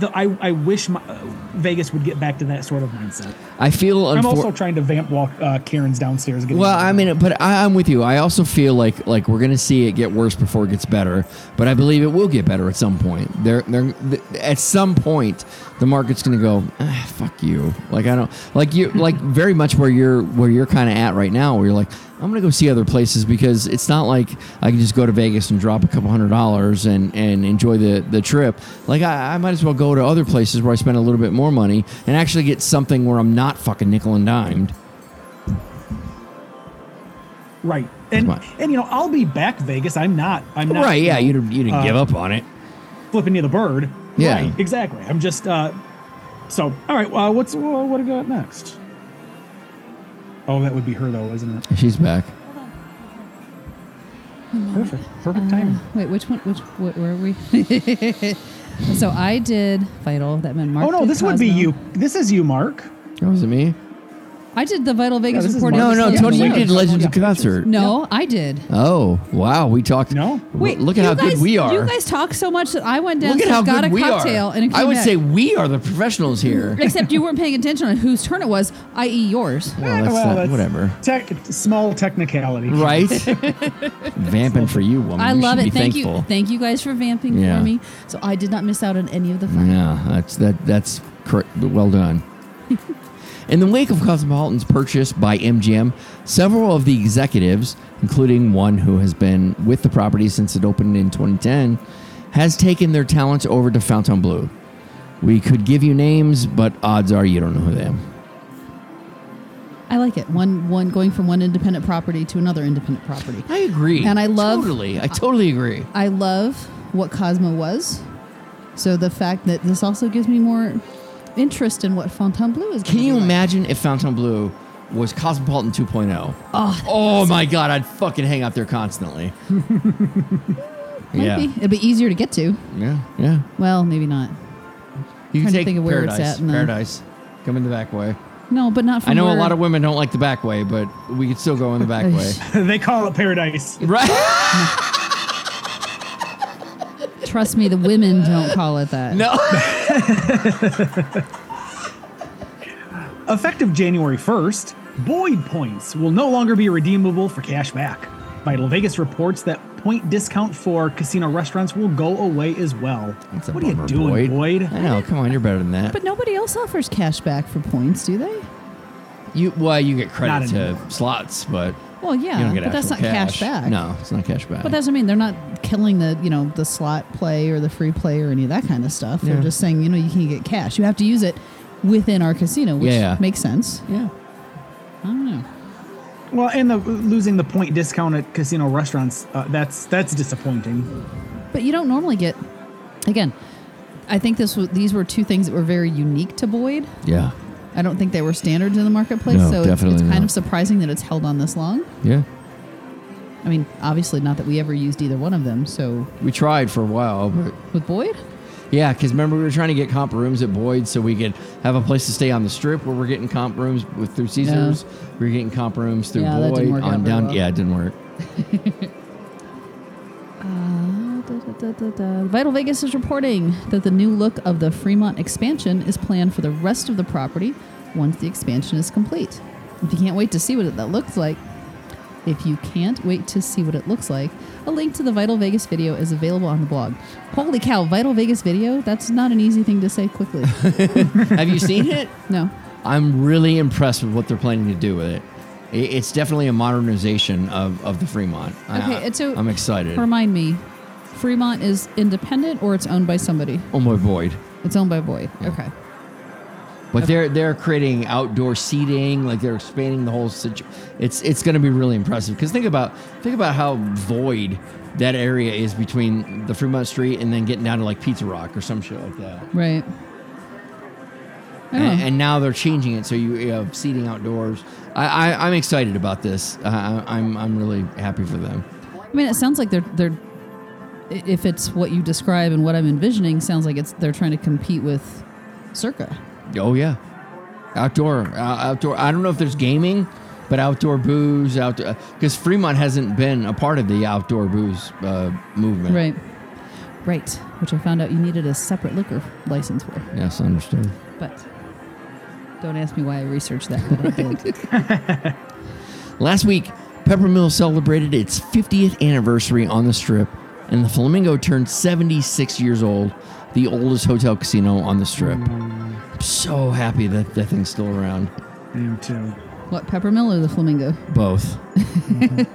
S1: the I, I wish my, uh, Vegas would get back to that sort of mindset.
S3: I feel.
S1: I'm
S3: unfor-
S1: also trying to vamp walk uh, Karen's downstairs. Getting
S3: Well, I mean, but I, I'm with you. I also feel like like we're gonna see it get worse before it gets better. But I believe it will get better at some point. There, there, th- at some point, the market's gonna go, ah, fuck you. Like I don't like you. Like very much where you're where you're kind of at right now. Where you're like, I'm gonna go see other places because it's not like I can just go to Vegas and drop a couple hundred dollars and and enjoy the the trip. Like I, I might as well go to other places where I spend a little bit more money and actually get something where I'm not fucking nickel and dimed.
S1: right. And
S3: Right.
S1: and you know, I'll be back Vegas. I'm not. I'm not.
S3: right? Yeah,
S1: you
S3: you
S1: know,
S3: didn't, you didn't
S1: uh,
S3: give up on it.
S1: flipping you the bird.
S3: Yeah.
S1: Right, exactly. I'm just uh so all right, uh, what's uh, what do we got next? Oh, that would be her though, isn't it?
S3: She's back.
S1: Perfect.
S11: Uh,
S1: Perfect timing.
S11: Ah, Wait, which one? Which what, where are we? so I did Vital. That meant Mark.
S1: Oh no,
S11: did
S1: this would be
S11: Cosmo.
S1: you. This is you, Mark.
S3: Oh, is it me?
S11: I did the Vital Vegas
S1: Yeah, this is
S11: reporting.
S1: Mark.
S3: No,
S11: this
S3: no, Tony,
S11: last
S3: you
S11: week.
S1: Yeah.
S3: did Legends of
S1: Yeah.
S3: Concert.
S11: No, I did.
S3: Oh, wow, we talked.
S1: No?
S11: Wait,
S3: look at
S11: you
S3: how
S11: guys,
S3: good we are.
S11: You guys talk so much that I went
S3: look at
S11: downstairs,
S3: how
S11: got
S3: good
S11: a
S3: we
S11: cocktail,
S3: are.
S11: and it came
S3: I would
S11: back.
S3: say we are the professionals here.
S11: Except you weren't paying attention on whose turn it was, i.e., yours.
S3: well, that's
S1: well,
S3: not-
S1: that's
S3: whatever.
S1: Tech small technicality.
S3: Right? Vamping for you, woman.
S11: I
S3: You Oh,
S11: love
S3: should
S11: it.
S3: Be
S11: Thank
S3: thankful.
S11: you. Thank you guys for vamping
S3: Yeah.
S11: for me. So I did not miss out on any of the fun.
S3: Yeah, that's that. That's cor- well done. In the wake of Cosmopolitan's purchase by MGM, several of the executives, including one who has been with the property since it opened in 2010, has taken their talents over to Fontainebleau. We could give you names, but odds are you don't know them.
S11: I like it. One one going from one independent property to another independent property.
S3: I agree,
S11: And I love-
S3: totally. I totally agree.
S11: I love what Cosmo was. So the fact that this also gives me more interest in what Fontainebleau is.
S3: Can
S11: gonna
S3: you
S11: be like.
S3: imagine if Fontainebleau was Cosmopolitan 2.0? Oh, oh my God, I'd fucking hang out there constantly.
S11: Might
S3: yeah.
S11: be. It'd be easier to get to.
S3: Yeah, yeah.
S11: Well, maybe not.
S3: You
S11: Trying to think of where it's
S3: paradise.
S11: at in the-
S3: paradise. Come in the back way.
S11: No, but not. From
S3: I know a
S11: where-
S3: lot of women don't like the back way, but we could still go in the back way.
S1: they call it paradise.
S3: Right?
S11: Trust me, the women don't call it that.
S3: No.
S1: Effective January 1st, Boyd points will no longer be redeemable for cash back. Vital Vegas reports that point discount for casino restaurants will go away as well.
S3: That's a
S1: what are you
S3: bummer,
S1: doing, Boyd?
S3: I know. Come on, you're better than that.
S11: But nobody else offers cash back for points, do they?
S3: you well, you get credit
S1: Not
S3: to
S1: anymore.
S3: slots, but
S11: Well, yeah,
S3: you don't get
S11: but that's
S3: actual
S11: not cash. back.
S3: No, it's not cash back.
S11: But that's what I mean. They're not killing the you know the slot play or the free play or any of that kind of stuff.
S3: Yeah.
S11: They're just saying you know you can get cash. You have to use it within our casino, which
S3: Yeah.
S11: makes sense.
S3: Yeah.
S11: I don't know.
S1: Well, and the losing the point discount at casino restaurants, uh, that's that's disappointing.
S11: But you don't normally get. Again, I think this was, these were two things that were very unique to Boyd.
S3: Yeah.
S11: I don't think they were standards in the marketplace,
S3: No,
S11: so it's, it's
S3: definitely
S11: kind
S3: not.
S11: of surprising that it's held on this long.
S3: Yeah.
S11: I mean, obviously, not that we ever used either one of them. So
S3: We tried for a while, but
S11: with Boyd,
S3: yeah, because remember we were trying to get comp rooms at Boyd's so we could have a place to stay on the strip where we're getting comp rooms with through Caesars. We were getting comp rooms through
S11: Yeah, that
S3: Boyd
S11: didn't work out
S3: on
S11: very
S3: down.
S11: well.
S3: Yeah, it didn't work.
S11: Da-da-da-da-da. Vital Vegas is reporting that the new look of the Fremont expansion is planned for the rest of the property once the expansion is complete. If you can't wait to see what it, that looks like, if you can't wait to see what it looks like, a link to the Vital Vegas video is available on the blog. Holy cow, Vital Vegas video? That's not an easy thing to say quickly.
S3: have you seen it?
S11: no.
S3: I'm really impressed with what they're planning to do with it. I- It's definitely a modernization of, of the Fremont.
S11: Okay,
S3: I,
S11: and so
S3: I'm excited.
S11: Remind me, Fremont is independent or it's owned by somebody?
S3: oh my Boyd.
S11: It's owned by Boyd. Okay.
S3: But they're they're creating outdoor seating, like they're expanding the whole situ. It's it's going to be really impressive because think about think about how void that area is between the Fremont Street and then getting down to like Pizza Rock or some shit like that.
S11: Right. I don't
S3: And,
S11: know.
S3: and now they're changing it so you have seating outdoors. I, I I'm excited about this. I, I- I'm I'm really happy for them.
S11: I mean, it sounds like they're they're i- if it's what you describe and what I'm envisioning, sounds like it's they're trying to compete with Circa.
S3: Oh yeah, outdoor, uh, outdoor. I don't know if there's gaming, but outdoor booze, outdoor. Because Fremont hasn't been a part of the outdoor booze uh, movement.
S11: Right. Right. Which I found out you needed a separate liquor license for.
S3: Yes, understood.
S11: But don't ask me why I researched that. But I did.
S3: Last week, Peppermill celebrated its 50th anniversary on the Strip, and the Flamingo turned 76 years old, the oldest hotel casino on the Strip. I'm so happy that that thing's still around.
S1: I am too.
S11: what peppermill or the flamingo?
S3: Both.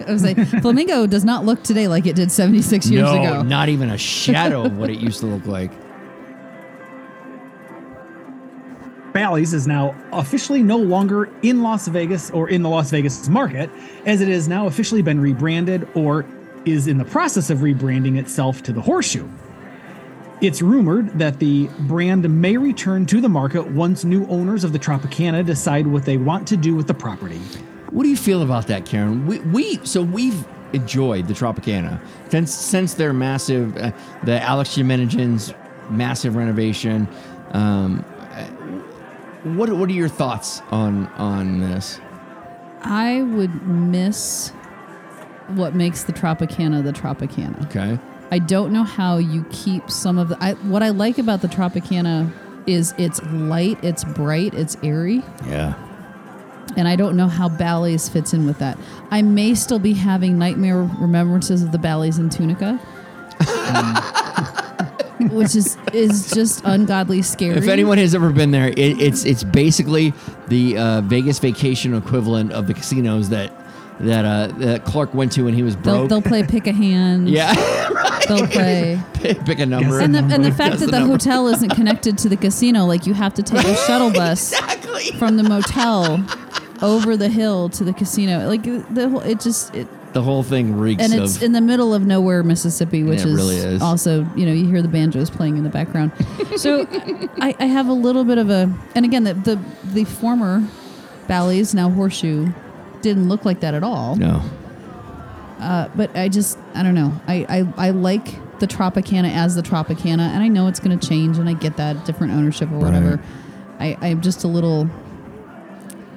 S11: I was like, flamingo does not look today like it did 76 years
S3: no,
S11: ago.
S3: not even a shadow of what it used to look like.
S1: Bally's is now officially no longer in Las Vegas or in the Las Vegas market, as it has now officially been rebranded or is in the process of rebranding itself to the Horseshoe. It's rumored that the brand may return to the market once new owners of the Tropicana decide what they want to do with the property.
S3: What do you feel about that, Karen? We, we so we've enjoyed the Tropicana since since their massive, uh, the Alex Jimenez's massive renovation. Um, uh, what what are your thoughts on on this?
S11: I would miss what makes the Tropicana the Tropicana.
S3: Okay,
S11: I don't know how you keep some of the. I, what I like about the Tropicana is it's light, it's bright, it's airy,
S3: yeah,
S11: and I don't know how Bally's fits in with that. I may still be having nightmare remembrances of the Bally's in Tunica, um, which is is just ungodly scary.
S3: If anyone has ever been there, it, it's it's basically the uh, Vegas vacation equivalent of the casinos that that uh, that Clark went to when he was
S11: they'll,
S3: broke.
S11: they'll play pick a hand.
S3: yeah,
S11: they'll play.
S3: pick a number.
S11: And the, and the fact
S3: Guess
S11: that the
S3: number.
S11: hotel isn't connected to the casino, like you have to take a shuttle bus
S3: exactly.
S11: from the motel over the hill to the casino. Like the whole, it just it,
S3: The whole thing reeks
S11: and
S3: of
S11: it's in the middle of nowhere, Mississippi, which
S3: it
S11: is,
S3: really is.
S11: also you know you hear the banjos playing in the background. so I, I have a little bit of a and again the the, the former Bally's now Horseshoe didn't look like that at all.
S3: no.
S11: But I just I don't know I I, I like the Tropicana as the Tropicana, and I know it's going to change, and I get that different ownership or whatever. I I'm just a little.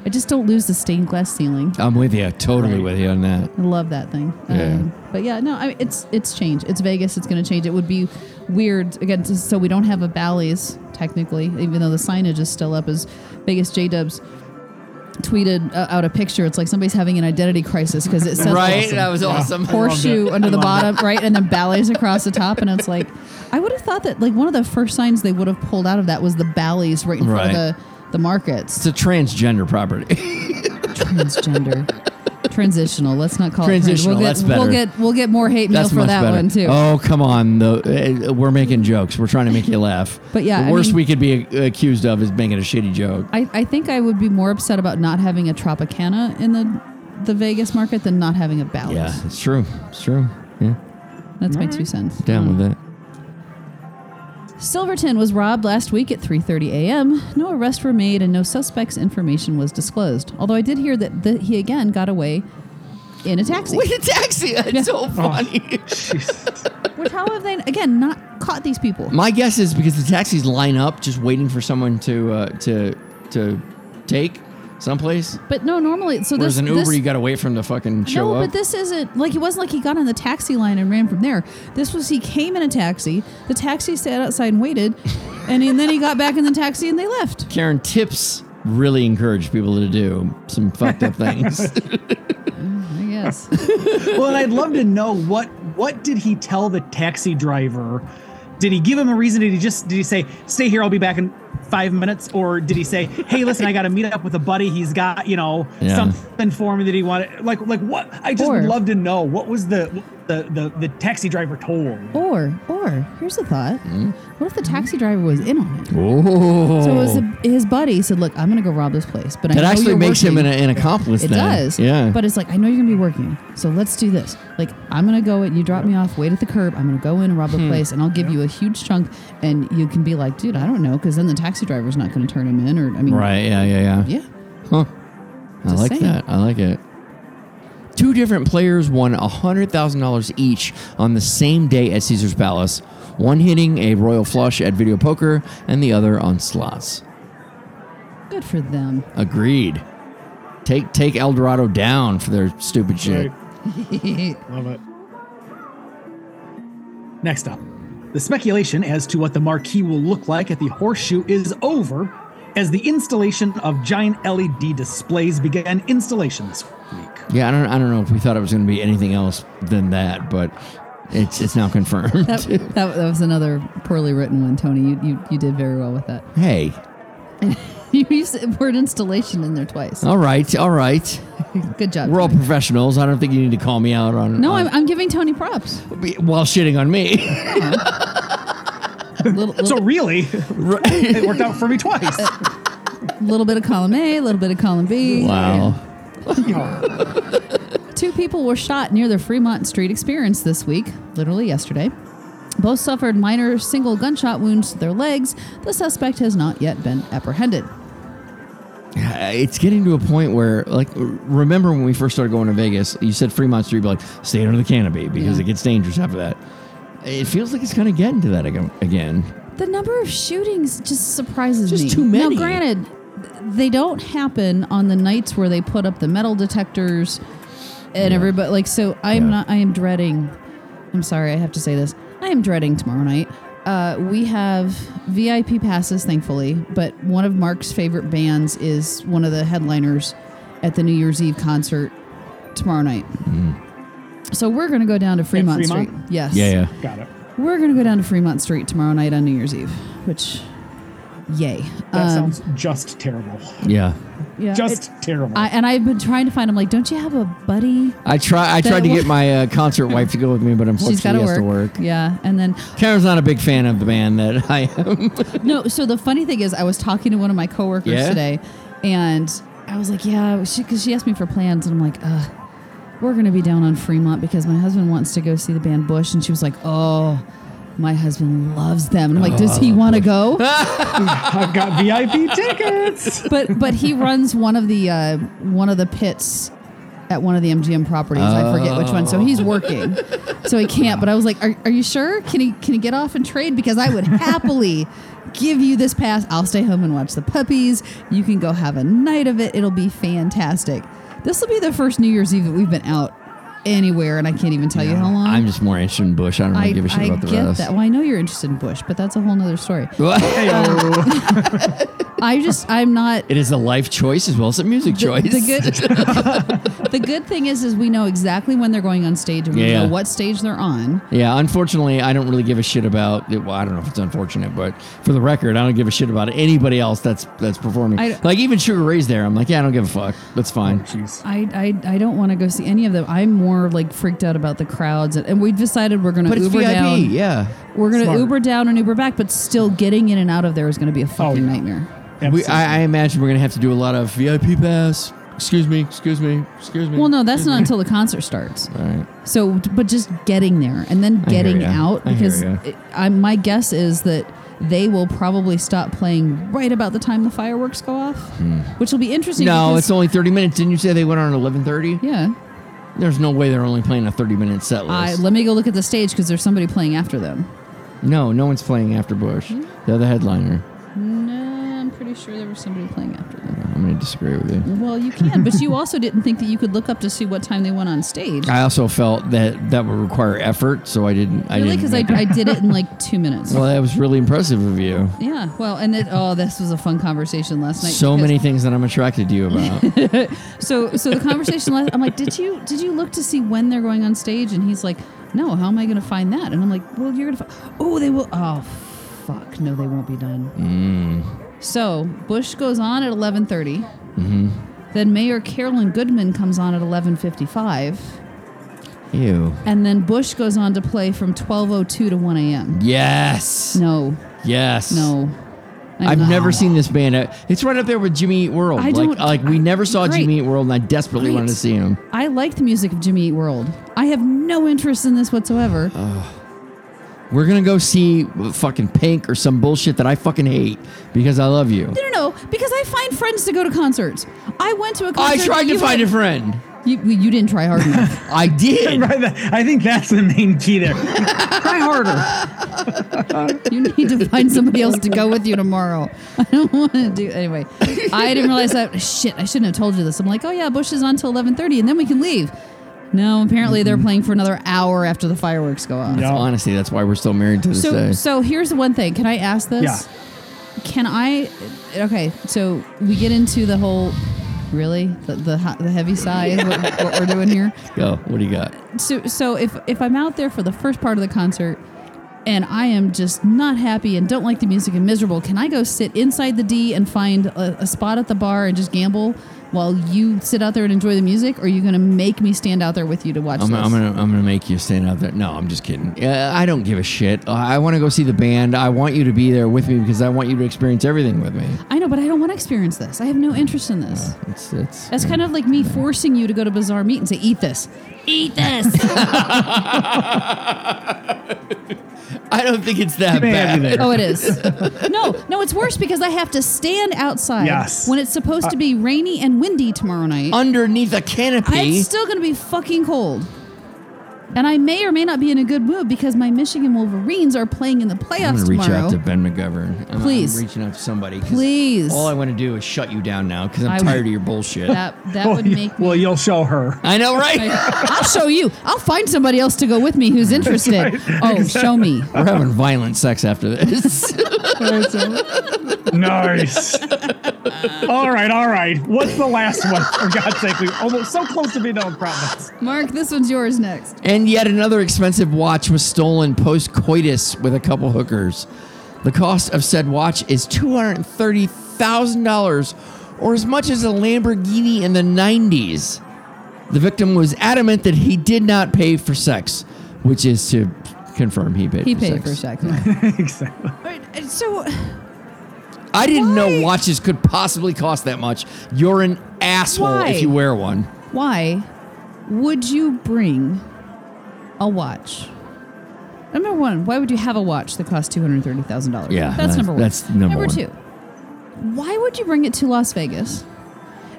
S11: I just don't lose the stained glass ceiling.
S3: I'm with you. Totally with you on that.
S11: I love that thing. Um,
S3: Yeah.
S11: but yeah, no, I mean, it's it's change. It's Vegas. It's going to change. It would be weird again. to- So we don't have a Bally's technically, even though the signage is still up. As Vegas J Dubs tweeted uh, out a picture. It's like somebody's having an identity crisis because it says Bally's.
S3: was awesome.
S11: horseshoe under the bottom, right, and then Bally's across the top, and it's like I would have thought that like one of the first signs they would have pulled out of that was the Bally's right in front
S3: Right.
S11: of the the markets.
S3: It's a transgender property.
S11: transgender. Transitional. Let's not call
S3: Transitional,
S11: it.
S3: that's
S11: We'll
S3: better.
S11: get we'll get more hate mail
S3: That's
S11: for
S3: much
S11: that
S3: better.
S11: one too.
S3: Oh come on, the, uh, we're making jokes. We're trying to make you laugh.
S11: But yeah,
S3: the
S11: I
S3: worst
S11: mean-
S3: we could be uh, accused of is making a shitty joke.
S11: I, I think I would be more upset about not having a Tropicana in the the Vegas market than not having a ballot.
S3: Yeah, it's true. It's true. Yeah,
S11: That's my two cents.
S3: down with it.
S11: Silverton was robbed last week at 3:30 a.m. No arrests were made and no suspects' information was disclosed. Although I did hear that the, he again got away in a taxi.
S3: a taxi. That's so funny.
S11: Which how have they again not caught these people?
S3: My guess is because the taxis line up, just waiting for someone to uh, to to take someplace.
S11: But no, normally so
S3: Whereas
S11: this
S3: an Uber,
S11: this,
S3: you got to wait for them to fucking show
S11: no,
S3: up.
S11: but this isn't like it wasn't like he got on the taxi line and ran from there. This was he came in a taxi. The taxi sat outside and waited, and, he- then he got back in the taxi and they left.
S3: Karen tips really encourage people to do some fucked up things.
S11: I guess.
S1: well, and I'd love to know what what did he tell the taxi driver? Did he give him a reason? Did he just did he say, "Stay here, I'll be back in five minutes," or did he say, "Hey, listen, I got to meet up with a buddy. He's got you know
S3: Yeah.
S1: something for me that he wanted." Like like what? I just
S11: Or-
S1: love to know what was the the the, the taxi driver told.
S11: Or or here's a thought:
S3: Hmm?
S11: What if the taxi driver was in on it?
S3: oh,
S11: So it was a, his buddy said, "Look, I'm gonna go rob this place." But I
S3: that
S11: know
S3: actually
S11: you're
S3: makes him an,
S11: working."
S3: an accomplice.
S11: It
S3: then.
S11: does.
S3: Yeah.
S11: But it's like, I know you're going to be working. So let's do this. Like, I'm going to go in. You drop me off, wait at the curb. I'm going to go in and rob a
S3: Hmm.
S11: place, and I'll give you a huge chunk. And you can be like, dude, I don't know. Because then the taxi driver's not going to turn him in. Or, I mean,
S3: right. Yeah. Yeah. Yeah.
S11: Yeah.
S3: Huh. I
S11: Just
S3: like
S11: saying.
S3: that. I like it. Two different players won $100,000 each on the same day at Caesar's Palace, one hitting a royal flush at video poker and the other on slots.
S11: Good for them.
S3: Agreed. Take take El Dorado down for their stupid shit.
S1: Love it. Next up, the speculation as to what the marquee will look like at the horseshoe is over as the installation of giant LED displays began installation this week.
S3: Yeah, I don't I don't know if we thought it was going to be anything else than that, but it's it's now confirmed.
S11: That, that, that was another poorly written one, Tony. You, you, you did very well with that.
S3: hey,
S11: You used the word installation in there twice.
S3: all right, all right.
S11: Good job.
S3: Oh. We're all
S11: Tony.
S3: professionals. I don't think you need to call me out on
S11: no, I'm,
S3: on,
S11: I'm giving Tony props.
S3: while shitting on me.
S11: little, little,
S1: So really,
S3: Right.
S1: it worked out for me twice.
S11: little bit of column A, a little bit of column B.
S3: Wow.
S11: Two people were shot near the Fremont Street Experience this week, literally yesterday. Both suffered minor single gunshot wounds to their legs. The suspect has not yet been apprehended.
S3: It's getting to a point where, like, remember when we first started going to Vegas, you said Fremont Street, but like, stay under the canopy because
S11: Yeah.
S3: it gets dangerous after that. It feels like it's kind of getting to that ag- again.
S11: The number of shootings just surprises
S3: Just
S11: me.
S3: too many.
S11: Now, granted, they don't happen on the nights where they put up the metal detectors and everybody. Like, so I'm
S3: Yeah.
S11: not. I am dreading. I'm sorry, I have to say this. I am dreading tomorrow night. Uh, we have VIP passes, thankfully, but one of Mark's favorite bands is one of the headliners at the New Year's Eve concert tomorrow night. So we're going to go down to Fremont,
S1: Fremont?
S11: Street. Yes.
S3: Hmm. Yeah, yeah.
S1: Got it.
S11: We're going to go down to Fremont Street tomorrow night on New Year's Eve, which, yay.
S1: That
S11: Um,
S1: sounds just terrible.
S3: Yeah.
S11: yeah,
S1: Just
S11: it-
S1: terrible.
S11: I, and I've been trying to find him, like, don't you have a buddy?
S3: I try. I
S11: That
S3: tried to
S11: one-
S3: get my uh, concert wife to go with me, but unfortunately,
S11: She's got to
S3: has
S11: work.
S3: to work.
S11: Yeah. And then,
S3: Karen's not a big fan of the band that I am.
S11: no, so the funny thing is, I was talking to one of my coworkers
S3: Yeah?
S11: today, and I was like, yeah, because she, asked me for plans, and I'm like, ugh. We're going to be down on Fremont because my husband wants to go see the band Bush. And she was like, Oh, my husband loves them. And I'm like, Does he
S3: Oh,
S11: want to go?
S1: I've got VIP tickets.
S11: but but he runs one of the uh, one of the pits at one of the MGM properties. I forget which one. So he's working, so he can't. But I was like, are, are you sure? Can he can he get off and trade? Because I would happily give you this pass. I'll stay home and watch the puppies. You can go have a night of it. It'll be fantastic. This will be the first New Year's Eve that we've been out anywhere, and I can't even tell you how long.
S3: I'm just more interested in Bush. I don't really
S11: I,
S3: give a shit
S11: I
S3: about the
S11: get
S3: rest. Oh.
S11: that. Well, I know you're interested in Bush, but that's a whole nother story. I just, I'm not.
S3: it is a life choice as well as a music
S11: The-
S3: choice.
S11: The, good, the good thing is, is we know exactly when they're going on stage and we
S3: Yeah.
S11: know what stage they're on.
S3: Yeah, unfortunately, I don't really give a shit about. Well, I don't know if it's unfortunate, but for the record, I don't give a shit about anybody else that's that's performing.
S11: I-
S3: like even Sugar Ray's there. I'm like, yeah, I don't give a fuck. That's fine.
S1: Jeez.
S11: I, I, I don't want to go see any of them. I'm more like freaked out about the crowds, and we've decided we're going to
S3: But it's
S11: Uber
S3: VIP.
S11: down.
S3: Yeah,
S11: We're going to
S1: Smart.
S11: Uber down and Uber back, but still getting in and out of there is going to
S3: Oh,
S11: be a fucking
S1: yeah.
S11: nightmare.
S3: we, I, I imagine we're gonna have to do a lot of VIP pass. Excuse me. Excuse me. Excuse me.
S11: Well, no, that's not until the concert starts.
S3: All right.
S11: So, but just getting there and then
S3: hear
S11: getting
S3: ya.
S11: out
S3: I hear
S11: because
S3: ya.
S11: it, I, my guess is that they will probably stop playing right about the time the fireworks go off, which will be interesting.
S3: Hmm. No,
S11: because-
S3: it's only 30 minutes. Didn't you say they went on at 11:30?
S11: yeah.
S3: There's no way they're only playing a 30 minute set
S11: I,
S3: list.
S11: let me go look at the stage because there's somebody playing after them.
S3: no, no one's playing after Bush.
S11: Hmm?
S3: They're the headliner.
S11: No, I'm pretty sure there was somebody playing after them.
S3: I'm gonna disagree with you.
S11: Well, you can, but you also didn't think that you could look up to see what time they went on stage.
S3: I also felt that that would require effort, so I didn't. I didn't
S11: really, because I,
S3: make it.
S11: I did it in like two minutes.
S3: Well, that was really impressive of you.
S11: Yeah. Well, and it, oh, this was a fun conversation last night.
S3: So
S11: because-
S3: many things that I'm attracted to you about.
S11: So, so the conversation last, I'm like, did you did you look to see when they're going on stage? And he's like, no. How am I going to find that? And I'm like, well, you're going to. Oh, they will. Oh, fuck. No, they won't be done.
S3: Mm.
S11: So Bush goes on at 11:30.
S3: Mm-hmm.
S11: Then Mayor Carolyn Goodman comes on at 11:55,
S3: Ew.
S11: and then Bush goes on to play from 12:02 to 1 a.m.
S3: Yes.
S11: No,
S3: Yes.
S11: no. I'm
S3: I've
S11: not-
S3: never seen this band. Uh, It's right up there with Jimmy Eat World.
S11: I
S3: like,
S11: don't-
S3: like we never saw
S11: Great.
S3: Jimmy Eat World, and I desperately wanted to
S11: Great.
S3: see him.
S11: I like the music of Jimmy Eat World. I have no interest in this whatsoever.
S3: We're gonna go see fucking Pink or some bullshit that I fucking hate because I love you.
S11: No, no, no, because I find friends to go to concerts. I went to a
S3: I
S11: concert.
S3: tried
S11: that
S3: to
S11: you
S3: find a
S11: had-
S3: friend.
S11: You, well, you didn't try hard enough.
S3: I did.
S1: Right, that- I think that's the main key there. Try harder.
S11: you need to find somebody else to go with you tomorrow. I don't want to do anyway. I didn't realize that. Shit, I shouldn't have told you this. I'm like, oh yeah, Bush is on till 11:30, and then we can leave. No, apparently they're
S3: Mm-hmm.
S11: playing for another hour after the fireworks go off.
S1: Yeah.
S3: Honestly, that's why we're still married to this
S11: So,
S3: day.
S11: so here's the one thing. Can I ask this?
S1: Yeah.
S11: Can I? Okay, so we get into the whole. Really, the the, hot- the heavy sigh is what, what we're doing here.
S3: Go. What do you got?
S11: so so if if I'm out there for the first part of the concert and I am just not happy and don't like the music and miserable, can I go sit inside the D and find a, a spot at the bar and just gamble while you sit out there and enjoy the music? Or are you going to make me stand out there with you to watch
S3: I'm,
S11: this?
S3: I'm gonna I'm gonna make you stand out there. No, I'm just kidding. Uh, I don't give a shit. Uh, I want to go see the band. I want you to be there with me because I want you to experience everything with me.
S11: I know, but I don't want to experience this. I have no interest in this.
S3: It's it's.
S11: That's kind of like me forcing you to go to Bazaar Meat and say, eat this. Eat this.
S3: I don't think it's that
S1: Keep my hand
S3: bad.
S1: in there.
S11: Oh, it is. No, no, it's worse because I have to stand outside
S1: Yes.
S11: when it's supposed to be rainy and windy tomorrow night.
S3: Underneath a canopy.
S11: I'm still going to be fucking cold. And I may or may not be in a good mood because my Michigan Wolverines are playing in the
S3: I'm
S11: playoffs
S3: gonna reach
S11: tomorrow.
S3: out to Ben McGovern. I'm,
S11: Please.
S3: I'm reaching out to somebody. 'cause
S11: Please.
S3: All I want to do is shut you down now because I'm
S11: I would-
S3: tired of your bullshit.
S11: that that
S1: Well,
S11: would
S1: you-
S11: make me.
S1: well, you'll show her.
S3: I know, right?
S11: I'll show you. I'll find somebody else to go with me who's interested. Oh, show me.
S3: We're having violent sex after this.
S1: Nice. all right, all right. What's the last one? For God's sake, we were almost so close to being done with promise.
S11: Mark, this one's yours next.
S3: And yet another expensive watch was stolen post coitus with a couple hookers. The cost of said watch is $230,000 or as much as a Lamborghini in the 90s. The victim was adamant that he did not pay for sex, which is to confirm he paid
S11: He
S3: for
S11: paid
S3: sex.
S11: for sex.
S1: exactly.
S11: so
S3: I didn't know
S11: Why?
S3: watches could possibly cost that much. You're an asshole
S11: Why?
S3: if you wear one.
S11: why would you bring a watch? Number one, why would you have a watch that costs two hundred thirty thousand dollars?
S3: Yeah,
S11: that's,
S3: that's-
S11: number one.
S3: that's number one.
S11: two. Why would you bring it to Las Vegas?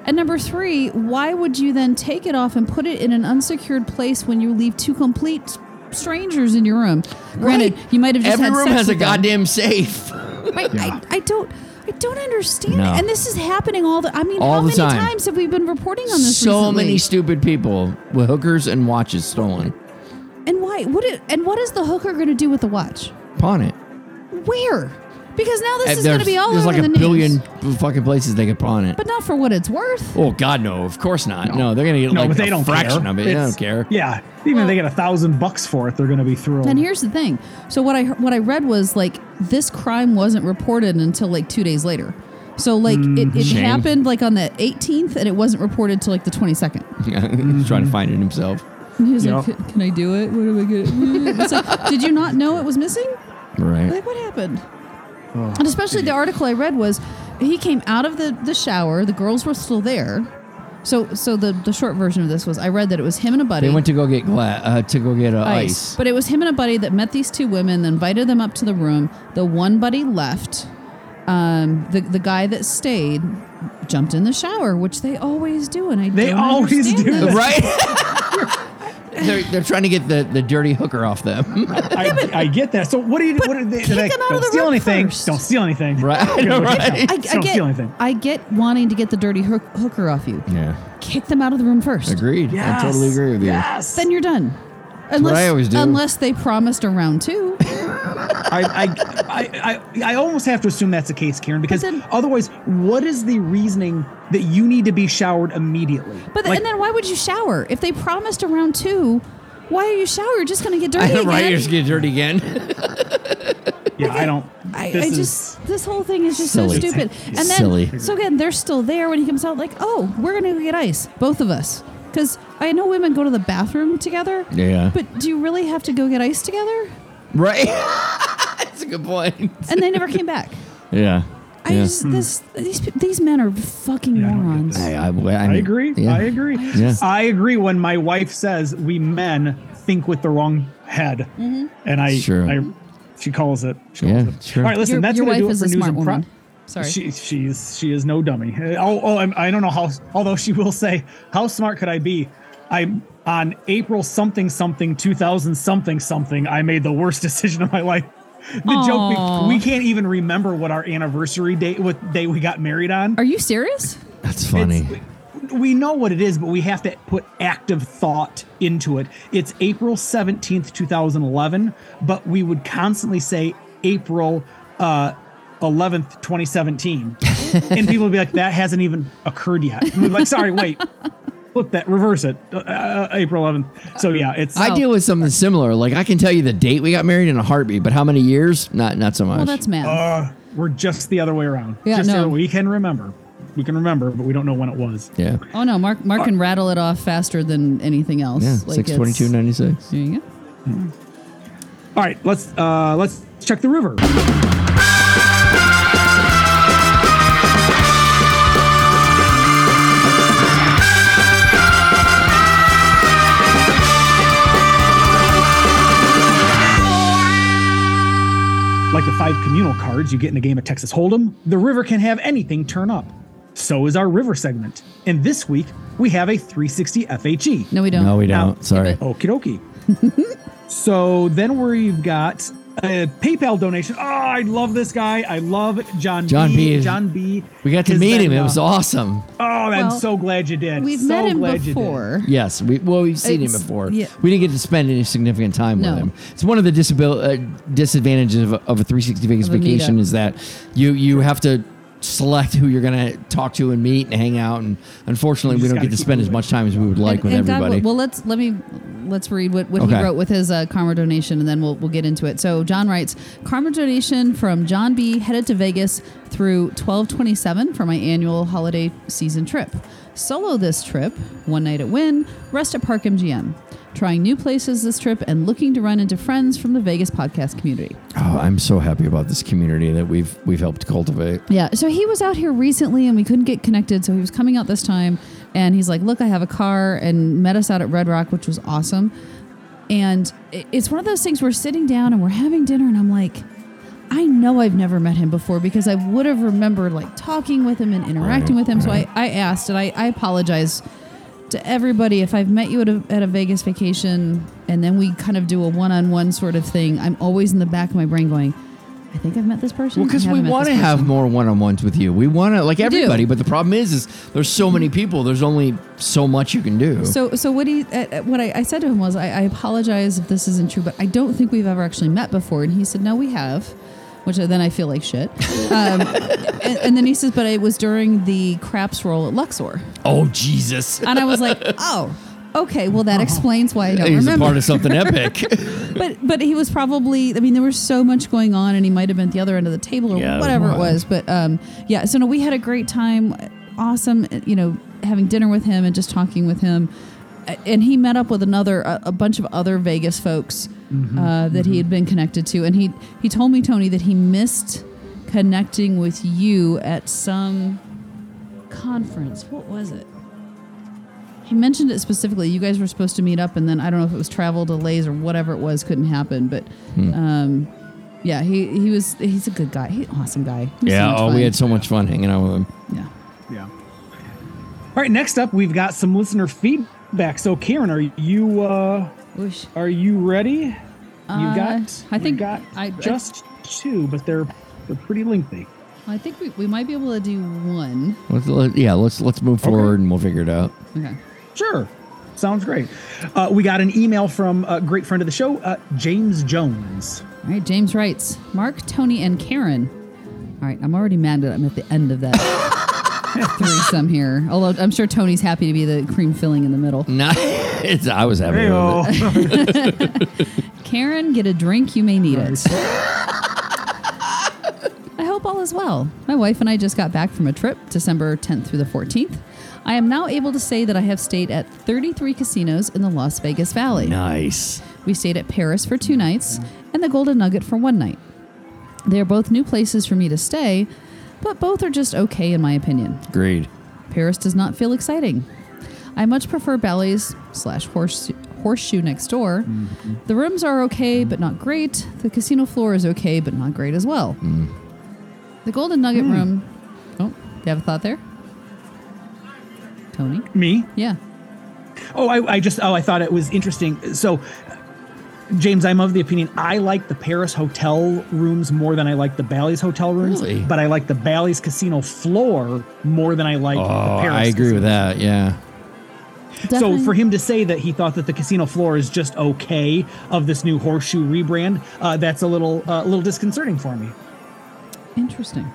S11: And number three, why would you then take it off and put it in an unsecured place when you leave two complete strangers in your room? Granted,
S3: Right?
S11: you might have just
S3: Every
S11: had
S3: room
S11: sex
S3: has a
S11: with them.
S3: goddamn safe.
S11: Right, I, I don't. I don't understand
S3: No.
S11: it. And this is happening all the I mean,
S3: All
S11: how
S3: the
S11: many
S3: time.
S11: times have we been reporting on this
S3: so
S11: recently?
S3: many stupid people with hookers and watches stolen.
S11: And why? What? It, and what is the hooker going to do with the watch?
S3: Pawn it.
S11: Where? Because now this
S3: And
S11: is going to
S3: there's-
S11: be all
S3: There's
S11: over
S3: like
S11: the
S3: a billion
S11: news.
S3: fucking places they could pawn it.
S11: But not for what it's worth.
S3: oh God, no! Of course not. No, they're gonna get
S1: No,
S3: like
S1: but they
S3: a
S1: don't
S3: fraction
S1: care.
S3: of it. They
S1: It's-
S3: don't care.
S1: Yeah, even if they get a thousand bucks for it, they're going to be thrilled.
S11: And here's the thing. So what I what I read was like this crime wasn't reported until like two days later. So like it, it
S3: Mm, Shame.
S11: happened like on the 18th and it wasn't reported till like the 22nd.
S3: He's trying to find it himself.
S11: And he was
S1: Yep.
S11: like, "Can- "Can I do it? What am I gonna?" It's like, did you not know it was missing?
S3: Right.
S11: Like what happened? and especially the article I read was he came out of the, the shower. The girls were still there. So so the the short version of this was I read that it was him and a buddy.
S3: They went to go get gla- uh, to go get uh, ice.
S11: ice. But it was him and a buddy that met these two women, invited them up to the room. The one buddy left. Um, the the guy that stayed jumped in the shower, which they always do, and I
S1: They
S11: don't
S1: always
S11: understand
S1: do
S11: this.
S3: right? they're, they're trying to get the, the dirty hooker off them.
S1: I, I get that. So what do you? What are they?
S11: kick
S1: they're like,
S11: him out of
S1: don't
S11: the
S1: steal
S11: room
S1: anything.
S11: first."
S1: Don't steal anything.
S3: Right,
S1: Don't steal
S3: right.
S1: anything.
S11: I, I
S1: don't steal
S11: get
S1: anything.
S11: I get wanting to get the dirty hook, hooker off you.
S3: Yeah,
S11: Kick them out of the room first.
S3: agreed.
S1: Yes.
S3: I totally agree with you.
S1: Yes.
S11: Then you're done. Unless
S3: I always do.
S11: unless they promised a round two.
S1: I, I, I, I almost have to assume that's the case, Karen, because
S11: then-
S1: otherwise, what is the reasoning that you need to be showered immediately?
S11: But
S1: Like,
S11: and then why would you shower if they promised a round two? Why are you shower? You're just gonna get dirty.
S3: right,
S11: again.
S3: you're just get dirty again.
S1: yeah, I don't.
S11: I,
S1: this
S11: I
S1: is-
S11: just this whole thing is just
S3: Silly.
S11: so stupid. And then
S3: Silly.
S11: so again, they're still there when he comes out. Like, oh, we're gonna go get ice, both of us, because I know women go to the bathroom together.
S3: Yeah.
S11: But do you really have to go get ice together?
S3: right. That's a good point.
S11: And they never came back.
S3: Yeah. Hmm.
S11: I just this these pe- these men are fucking
S1: I don't get
S11: morons.
S1: this.
S3: I, I- I
S1: I
S3: mean,
S1: agree.
S3: yeah.
S1: I agree.
S3: Yeah.
S1: I agree when my wife says we men think with the wrong head,
S11: Mm-hmm.
S1: and I,
S3: Sure.
S1: I, she calls it. She
S3: Yeah,
S1: calls it.
S3: sure.
S1: All right, listen.
S11: your
S1: that's
S11: your
S1: gonna
S11: wife
S1: do it
S11: is
S1: for
S11: a
S1: news
S11: smart
S1: and pro-
S11: woman. Sorry.
S1: She, she's she is no dummy. Uh, Oh, oh I'm, I don't know how. Although she will say, "How smart could I be?" I'm on April something something 2000 something something. I made the worst decision of my life. The joke
S11: Aw.
S1: we, we can't even remember what our anniversary date what day we got married on.
S11: are you serious?
S3: That's funny.
S1: We know what it is, but we have to put active thought into it. It's April 17th, 2011, but we would constantly say April uh, 11th, 2017. and people would be like, that hasn't even occurred yet. And we're like, sorry, wait. Flip that, reverse it. Uh, Uh, April 11th. So yeah, it's
S3: I deal with something similar. Like I can tell you the date we got married in a heartbeat, but how many years? Not not so much.
S11: Well, that's math.
S1: uh, we're just the other way around.
S11: Yeah,
S1: just the
S11: no.
S1: other way. We can remember. We can remember, but we don't know when it was.
S3: yeah.
S11: oh no, Mark Mark can rattle it off faster than anything else.
S3: Yeah.
S11: Like,
S3: Six
S11: it's-
S3: twenty two ninety six.
S11: There you go.
S1: All right, let's uh, let's check the river. Like the five communal cards you get in a game of Texas Hold'em, the river can have anything turn up. So is our river segment. And this week, we have a 360 FHE.
S11: No, we don't.
S3: No, we
S1: Now-
S3: don't. Sorry.
S1: Okie dokie. so then we've got a PayPal donation. Oh, I love this guy. I love John.
S3: John B.
S1: John B.
S3: We got to
S1: His
S3: meet him.
S1: then,
S3: It was
S1: uh,
S3: awesome.
S1: Oh, I'm
S11: Well,
S1: so glad you did.
S11: We've
S1: So
S11: met him
S1: glad you did.
S11: before.
S3: Yes, we well we've seen him
S11: It's-
S3: before.
S11: yeah.
S3: We didn't get to spend any significant time
S11: No.
S3: with him. It's one of the disabil- uh, disadvantages of, of a 360 Vegas
S11: Of a
S3: vacation
S11: meetup.
S3: is that you you have to select who you're going to talk to and meet and hang out and unfortunately
S1: You
S3: we
S1: just
S3: don't get
S1: gotta
S3: to
S1: keep
S3: spend as
S1: moving.
S3: much time as we would like with
S11: God
S3: everybody.
S11: will- well, let's let me let's read what, what
S3: Okay.
S11: he wrote with his uh, karma donation, and then we'll we'll get into it. So John writes karma donation from John B. Headed to Vegas through twelve twenty seven for my annual holiday season trip. Solo this trip, one night at Wynn, rest at Park MGM. Trying new places this trip and looking to run into friends from the Vegas podcast community.
S3: oh, I'm so happy about this community that we've we've helped cultivate.
S11: Yeah. So he was out here recently and we couldn't get connected. So he was coming out this time and he's like, Look, I have a car and met us out at Red Rock, which was awesome. And i- it's one of those things we're sitting down and we're having dinner and I'm like, I know I've never met him before because I would have remembered like talking with him and interacting with him. So I, I asked and I, I apologize to everybody if I've met you at a, at a Vegas vacation and then we kind of do a one on one sort of thing. I'm always in the back of my brain going, I think I've met this person.
S3: Well, because
S11: I
S3: we
S11: haven't met
S3: want to
S11: this person."
S3: have more one-on-ones with you. We want to like
S11: do.
S3: everybody, but the problem is, is there's so many people. There's only so much you can do.
S11: So, so what he, uh, uh, what I, I said to him was, I, I apologize if this isn't true, but I don't think we've ever actually met before. And he said, No, we have. which uh, then I feel like shit. Um, and, and then he says, but it was during the craps roll at Luxor.
S3: Oh Jesus!
S11: And I was like, oh, okay, well, that explains why I don't
S3: Oh. He's a
S11: remember.
S3: part of something epic.
S11: but but he was probably I mean there was so much going on and he might have been at the other end of the table or
S3: Yeah, it was
S11: whatever it
S3: wild.
S11: was but um yeah so no we had a great time awesome you know having dinner with him and just talking with him A- and he met up with another a, a bunch of other Vegas folks uh, that he had been connected to and he he told me Tony that he missed connecting with you at some conference what was it he mentioned it specifically. You guys were supposed to meet up, and then I don't know if it was travel delays or whatever it was couldn't happen. But
S3: Hmm.
S11: um, yeah, he he was he's a good guy. He's an awesome guy. He was so
S3: yeah.
S11: much
S3: oh,
S11: fun.
S3: we had so much fun hanging out with him.
S11: yeah.
S1: Yeah. All right. Next up, we've got some listener feedback. So, Karen, are you uh,
S11: Whoosh.
S1: are you ready? You
S11: Uh,
S1: got.
S11: I
S1: you
S11: think
S1: got
S11: I-
S1: just two, but they're they're pretty lengthy.
S11: I think we, we might be able to do one.
S3: Let's, let, yeah, let's let's move forward and we'll figure it out.
S11: Okay.
S1: Sure. Sounds great. Uh, we got an email from a great friend of the show, uh, James Jones.
S11: All right, James writes Mark, Tony, and Karen. All right, I'm already mad that I'm at the end of that threesome here. Although I'm sure Tony's happy to be the cream filling in the middle.
S3: No, it's I was happy with it.
S1: Hey-o.
S11: Karen, get a drink. You may need it. I hope all is well. My wife and I just got back from a trip, December 10th through the 14th. I am now able to say that I have stayed at 33 casinos in the Las Vegas Valley.
S3: Nice.
S11: We stayed at Paris for two nights and the Golden Nugget for one night. They are both new places for me to stay, but both are just okay in my opinion.
S3: Agreed.
S11: Paris does not feel exciting. I much prefer Bally's slash horse, horseshoe next door.
S1: Mm-hmm.
S11: The rooms are okay, but not great. The casino floor is okay, but not great as well.
S1: Mm-hmm.
S11: The Golden Nugget
S1: Mm.
S11: room. Oh, you have a thought there, Tony?
S1: Me?
S11: Yeah.
S1: Oh, I, I just oh, I thought it was interesting. So, James, I'm of the opinion I like the Paris hotel rooms more than I like the Bally's hotel rooms,
S3: Really?
S1: but I like the Bally's casino floor more than I like
S3: Oh,
S1: the Paris.
S3: I agree with that.
S1: So
S3: Yeah.
S11: Definitely-
S1: for him to say that he thought that the casino floor is just okay of this new horseshoe rebrand, uh, that's a little uh, little disconcerting for me.
S11: interesting.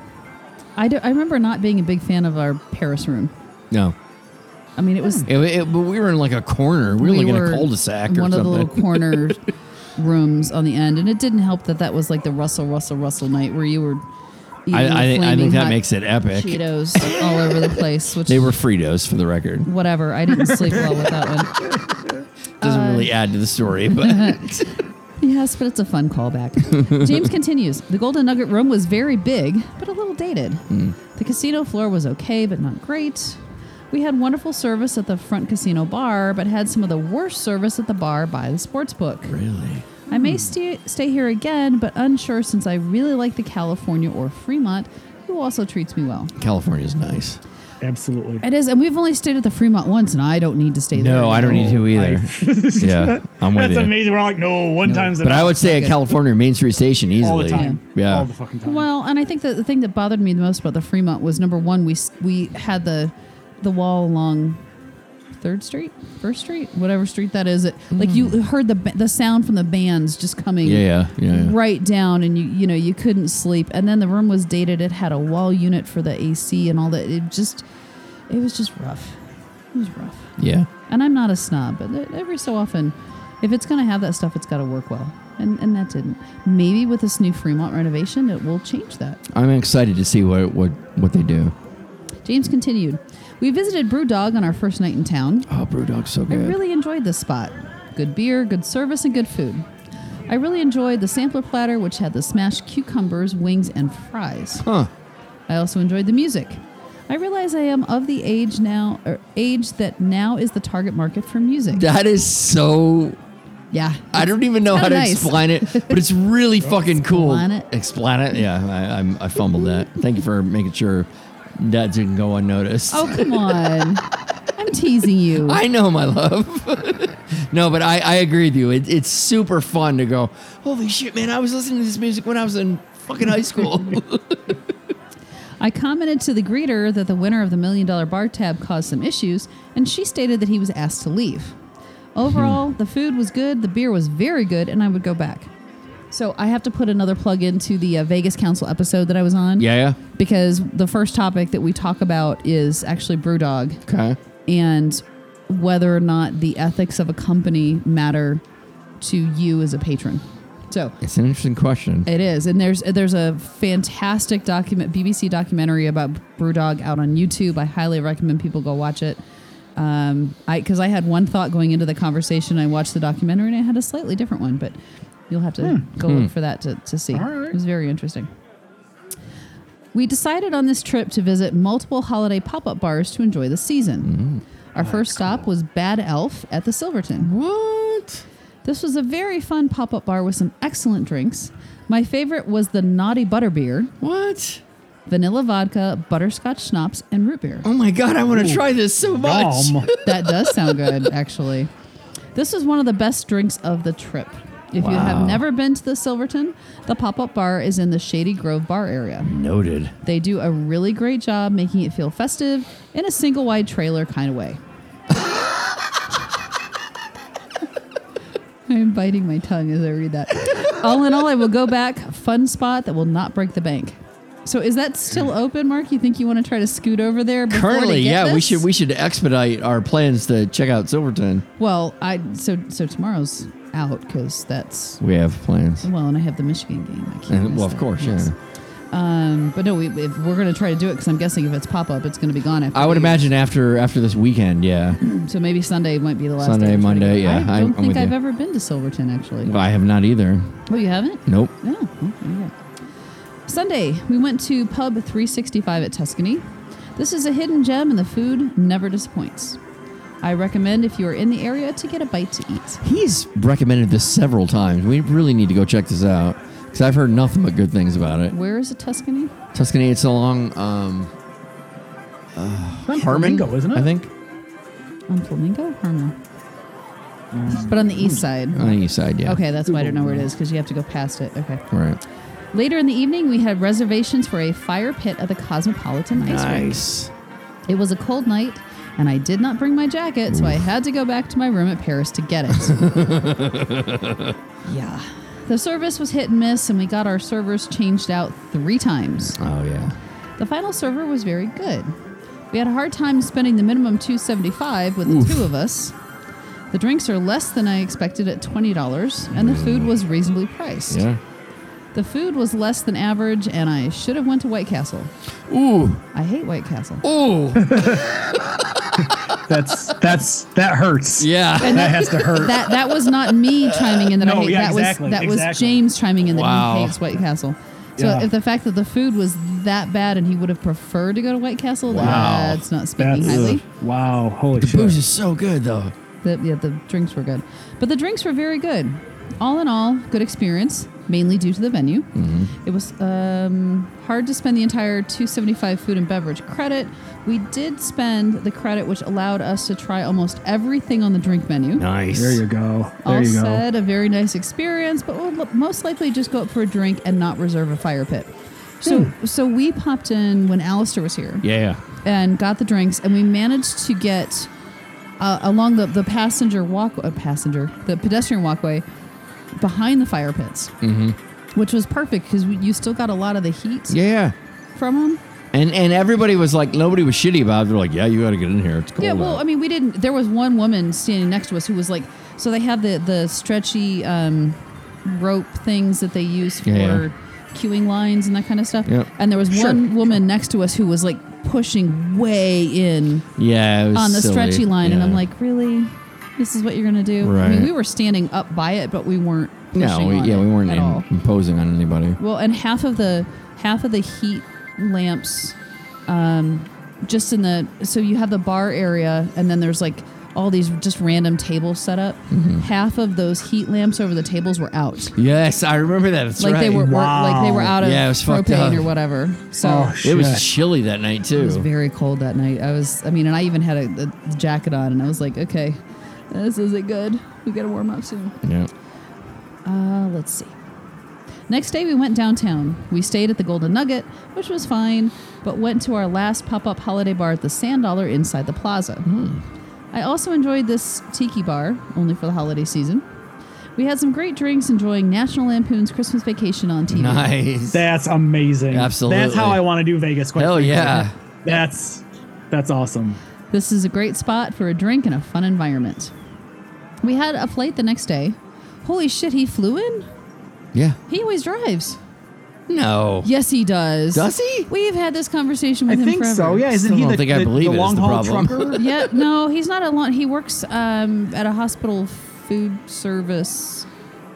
S11: I, do, I remember not being a big fan of our Paris room.
S3: No.
S11: I mean, it was
S1: Hmm.
S3: It, it, but we were in like a corner. We were like in a cul-de-sac or
S11: one
S3: something.
S11: of the little corner rooms on the end, and it didn't help that that was like the Russell Russell Russell night where you were. Eating
S3: I, I, think, I
S11: flaming
S3: think that
S11: hot
S3: makes it epic.
S11: Cheetos all over the place, which
S3: They were Fritos for the record.
S11: whatever. I didn't sleep well with that one.
S3: Doesn't
S1: Uh,
S3: really add to the story, but
S11: Yes, but it's a fun callback. James continues. The Golden Nugget room was very big, but a little dated.
S3: Hmm.
S11: The casino floor was okay, but not great. We had wonderful service at the front casino bar, but had some of the worst service at the bar by the sports book.
S3: really,
S11: I may stay, stay here again, but unsure since I really like the California or Fremont, who also treats me well.
S3: California's nice.
S1: Absolutely.
S11: It is, and we've only stayed at the Fremont once, and I don't need to stay there.
S3: No, I don't need to either. yeah, I'm with
S1: That's
S3: you.
S1: amazing. We're like, no, one time's
S3: But I would say a
S11: good.
S3: California Main Street Station easily.
S1: all the time.
S3: Yeah.
S1: all the fucking time.
S11: Well, and I think that the thing that bothered me the most about the Fremont was number one, we s- we had the the wall along Third Street, First Street, whatever street that is. It, Like you heard the ba- the sound from the bands just coming.
S3: Hmm. Yeah, yeah, yeah, yeah.
S11: Right down, and you you know you couldn't sleep, and then the room was dated. It had a wall unit for the AC and all that. It just, it was just rough. It was rough.
S3: yeah.
S11: And I'm not a snob, but th- every so often, if it's going to have that stuff, it's got to work well. And, and that didn't. Maybe with this new Fremont renovation, it will change that.
S3: I'm excited to see what what what they do.
S11: James continued We visited Brewdog on our first night in town.
S3: Oh, Brewdog's so
S11: I
S3: good.
S11: really enjoyed this spot. Good beer, good service, and good food. I really enjoyed the sampler platter, which had the smashed cucumbers, wings, and fries.
S3: huh?
S11: I also enjoyed the music. I realize I am of the age now, or age that now is the target market for music.
S3: That is so.
S11: Yeah.
S3: I don't even
S1: Oh,
S3: know
S11: Kinda
S3: how to
S11: nice.
S3: explain it, but it's really fucking cool.
S11: Explain it.
S3: Explain it. Yeah, I, I'm- I fumbled that. Thank you for making sure that didn't go unnoticed.
S11: Oh, come on. I'm teasing you.
S3: I know, my love. no, but I, I agree with you. It, it's super fun to go, holy shit, man, I was listening to this music when I was in fucking high school.
S11: I commented to the greeter that the winner of the million dollar bar tab caused some issues, and she stated that he was asked to leave. Overall, the food was good, the beer was very good, and I would go back. So I have to put another plug into the uh, Vegas Council episode that I was on.
S3: Yeah, yeah.
S11: Because the first topic that we talk about is actually BrewDog
S3: Okay.
S11: and whether or not the ethics of a company matter to you as a patron. So
S3: It's an interesting question.
S11: it is, and there's there's a fantastic document BBC documentary about BrewDog out on YouTube. I highly recommend people go watch it. Um, I because I had one thought going into the conversation, I watched the documentary and I had a slightly different one, but you'll have to go look for that to, to see.
S1: right.
S11: It was very interesting. We decided on this trip to visit multiple holiday pop up bars to enjoy the season. Our first stop was Bad Elf at the Silverton.
S3: What?
S11: This was a very fun pop up bar with some excellent drinks. My favorite was the Naughty Butterbeer,
S3: What?
S11: vanilla vodka, butterscotch schnapps, and root beer.
S3: Oh my god, I want to try this so much.
S1: Bomb.
S11: That does sound good, actually. This was one of the best drinks of the trip. If you have never been to the Silverton, the pop up bar is in the Shady Grove bar area.
S3: Noted.
S11: They do a really great job making it feel festive in a single wide trailer kind of way. I'm biting my tongue as I read that. all in all, I will go back. Fun spot that will not break the bank. So is that still open, Mark? You think you want to try to scoot over there? before to
S3: Currently,
S11: get
S3: yeah, we
S11: this?
S3: should we should expedite our plans to check out Silverton.
S11: Well, I so so tomorrow's out because that's
S3: We have plans.
S11: well, and I have the Michigan game. I can't.
S3: And-
S11: miss
S3: Uh-huh, well, of
S11: that.
S3: course,
S11: Yes.
S3: yeah.
S11: Um, but no, we, if we're going to try to do it because I'm guessing if it's pop up, it's going to be gone. After
S3: I would
S11: we-
S3: imagine after after this weekend, yeah.
S11: So maybe Sunday might be the last
S3: Sunday,
S11: day. we try to
S3: Monday,
S11: go.
S3: yeah, I-
S11: I don't
S3: I'm
S11: think
S3: with
S11: I've
S3: you.
S11: ever been to Silverton actually.
S3: I have not either.
S11: Oh, you haven't?
S3: Nope.
S11: No. Oh, there you go. Sunday, we went to Pub 365 at Tuscany. This is a hidden gem, and the food never disappoints. I recommend if you are in the area to get a bite to eat.
S3: He's recommended this several times. We really need to go check this out because I've heard nothing but good things about it.
S11: Where is it, Tuscany?
S3: Tuscany, it's along um,
S1: On
S3: Harmon,
S1: Flamingo, isn't it?
S3: I think
S11: On Flamingo? Harmon. But on the east side.
S3: on the east side. Mm. Oh, Yeah.
S11: Okay, that's why I don't know where it is because you have to go past it. Okay.
S3: Right.
S11: Later in the evening, we had reservations for a fire pit at the Cosmopolitan Ice Rink.
S3: Nice.
S11: It was a cold night, and I did not bring my jacket, so I had to go back to my room at Paris to get it. yeah. The service was hit and miss, and we got our servers changed out three times.
S3: Oh yeah.
S11: The final server was very good. We had a hard time spending the minimum 275 with the two of us. The drinks are less than I expected at $20, and the food was reasonably priced.
S3: Yeah.
S11: The food was less than average, and I should have went to White Castle.
S3: Ooh.
S11: I hate White Castle.
S3: Ooh.
S1: That's that's that hurts.
S3: Yeah.
S1: That has to hurt.
S11: that that was not me chiming in that I
S1: No,
S11: hate.
S1: yeah,
S11: that
S1: exactly,
S11: was that was
S1: exactly.
S11: James chiming in that
S3: Wow.
S11: he hates White Castle. So
S1: Yeah.
S11: if the fact that the food was that bad and he would have preferred to go to White Castle,
S3: Wow.
S11: that's not speaking
S1: That's uh,
S11: highly.
S1: wow. Holy
S3: The booze
S1: shit.
S3: is so good though.
S11: The, yeah, the drinks were good, but the drinks were very good. All in all, good experience, mainly due to the venue.
S3: Mm-hmm.
S11: It was um, hard to spend the entire 275 food and beverage credit. We did spend the credit, which allowed us to try almost everything on the drink menu.
S3: Nice.
S1: There you go. There
S11: All
S1: you go.
S11: said, a very nice experience, but we'll lo- most likely just go up for a drink and not reserve a fire pit. So, so we popped in when Alistair was here
S3: Yeah.
S11: and got the drinks, and we managed to get uh, along the, the passenger walk, uh, passenger, the pedestrian walkway behind the fire pits, mm-hmm. which was perfect because you still got a lot of the heat
S3: Yeah. Yeah.
S11: from them.
S3: And and everybody was like, nobody was shitty about it. They're like, yeah, you got to get in here. It's cold.
S11: Yeah, well,
S3: out."
S11: I mean, we didn't. There was one woman standing next to us who was like, so they have the the stretchy um, rope things that they use for
S3: Yeah.
S11: queuing lines and that kind of stuff.
S3: Yep.
S11: And there was one woman next to us who was like pushing way in
S3: yeah, it was
S11: on the
S3: silly.
S11: stretchy line, and
S3: Yeah.
S11: I'm like, really, this is what you're gonna do? I
S3: Right.
S11: mean, we were standing up by it, but we weren't.
S3: no,
S11: pushing
S3: we,
S11: on
S3: yeah,
S11: it
S3: we weren't
S11: at
S3: in-
S11: all.
S3: imposing on anybody.
S11: Well, and half of the half of the heat lamps, um, just in the so you have the bar area, and then there's like all these just random tables set up.
S3: Mm-hmm.
S11: Half of those heat lamps over the tables were out,
S3: Yes, I remember that. That's
S11: like
S3: right.
S11: they were, were- like they were out of
S3: Yeah, it was fucked up.
S11: propane or whatever. So.
S1: Oh,
S3: It
S1: shit.
S3: was chilly that night too.
S11: it was very cold that night. I was, I mean, and I even had a, a jacket on, and I was like, okay, this isn't good. We gotta warm up soon.
S3: yeah.
S11: Uh, let's see. Next day, we went downtown. We stayed at the Golden Nugget, which was fine, but went to our last pop up holiday bar at the Sand Dollar inside the
S3: Hmm.
S11: plaza. I also enjoyed this tiki bar, only for the holiday season. We had some great drinks enjoying National Lampoon's Christmas Vacation on TV.
S3: Nice.
S1: That's amazing.
S3: Absolutely.
S1: That's how I want to do Vegas. quite
S3: Hell
S1: frankly.
S3: yeah.
S1: That's that's awesome.
S11: This is a great spot for a drink and a fun environment. We had a flight the next day. Holy shit, he flew in?
S3: Yeah.
S11: He always drives.
S3: No.
S11: Yes, he does.
S3: Does he?
S11: We've had this conversation
S1: I
S11: with him
S1: think
S11: forever.
S1: so. Yeah, isn't he
S3: don't
S1: the,
S3: think I
S1: the-
S3: believe
S1: the
S3: it is
S1: long
S3: the
S1: haul
S3: problem.
S1: trucker?
S11: yeah, no, he's not a lawn. He works um, at a hospital food service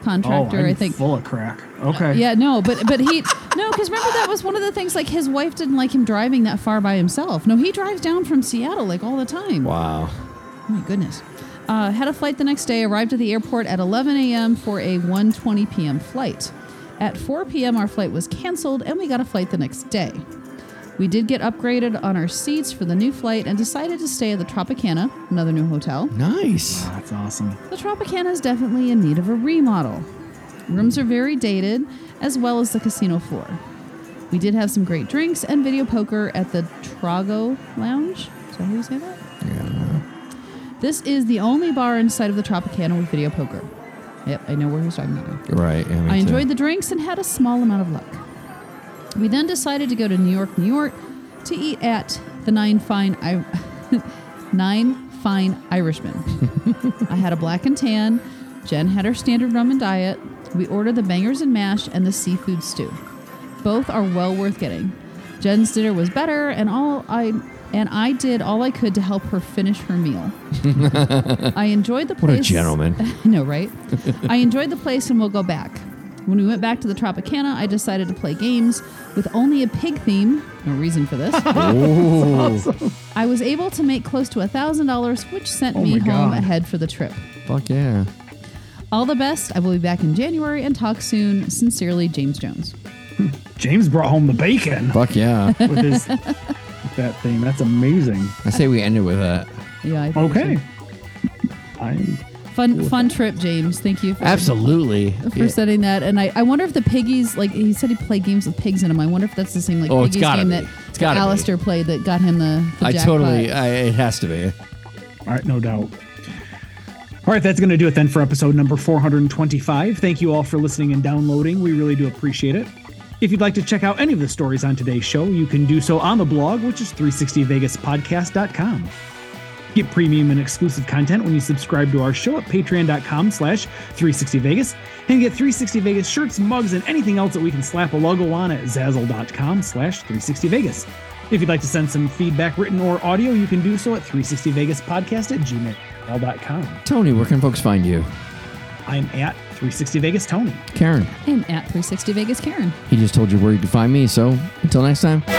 S1: oh,
S11: contractor,
S1: I'm
S11: I think.
S1: full of crack. Okay.
S11: Yeah, no, but but he no, because remember that was one of the things. Like his wife didn't like him driving that far by himself. No, he drives down from Seattle like all the time.
S3: Wow.
S11: Oh my goodness. Uh, had a flight the next day, arrived at the airport at 11 a.m. for a 1.20 p.m. flight. At 4 p.m., our flight was canceled and we got a flight the next day. We did get upgraded on our seats for the new flight and decided to stay at the Tropicana, another new hotel.
S3: Nice.
S1: That's awesome.
S11: The Tropicana is definitely in need of a remodel. Rooms are very dated, as well as the casino floor. We did have some great drinks and video poker at the Trago Lounge. Is that how you say that? This is the only bar inside of the Tropicana with video poker. Yep, I know where he's talking about.
S3: Right. Yeah, me
S11: I
S3: too.
S11: enjoyed the drinks and had a small amount of luck. We then decided to go to New York, New York, to eat at the Nine Fine I- Nine Fine Irishmen. I had a black and tan. Jen had her standard rum and diet. We ordered the bangers and mash and the seafood stew. Both are well worth getting. Jen's dinner was better, and all I and I did all I could to help her finish her meal. I enjoyed the
S3: What
S11: place.
S3: a gentleman.
S11: I know, right? I enjoyed the place and we'll go back. When we went back to the Tropicana, I decided to play games with only a pig theme. No reason for this.
S3: Ooh.
S11: I was able to make close to a $1,000, which sent
S1: Oh my
S11: me home
S1: God.
S11: ahead for the trip.
S3: Fuck yeah.
S11: All the best. I will be back in January and talk soon. Sincerely, James Jones.
S1: James brought home the bacon
S3: Fuck yeah.
S1: with his with that thing. That's amazing.
S3: I say we ended with that.
S11: Yeah. I think
S1: Okay. I
S11: so. Fun, fun trip, James. Thank you. For,
S3: Absolutely.
S11: For setting that, and I, I wonder if the piggies like he said he played games with pigs in him. I wonder if that's the same like
S3: Oh, it's
S11: piggies
S3: gotta
S11: game
S3: be.
S11: that
S3: It's gotta be.
S11: Alistair played that got him the. the
S3: I
S11: jackpot.
S3: totally. I, it has to be.
S1: All right, no doubt. All right, that's going to do it then for episode number 425. Thank you all for listening and downloading. We really do appreciate it. If you'd like to check out any of the stories on today's show, you can do so on the blog, which is 360vegaspodcast.com. Get premium and exclusive content when you subscribe to our show at patreon.com slash 360vegas and get 360vegas shirts, mugs, and anything else that we can slap a logo on at zazzle.com slash 360vegas. If you'd like to send some feedback, written or audio, you can do so at 360vegaspodcast at gmail.com.
S3: Tony, where can folks find you?
S1: I'm at 360vegas Tony.
S3: Karen,
S11: I'm at 360 Vegas Karen.
S3: he just told you where you could find me. So until next time.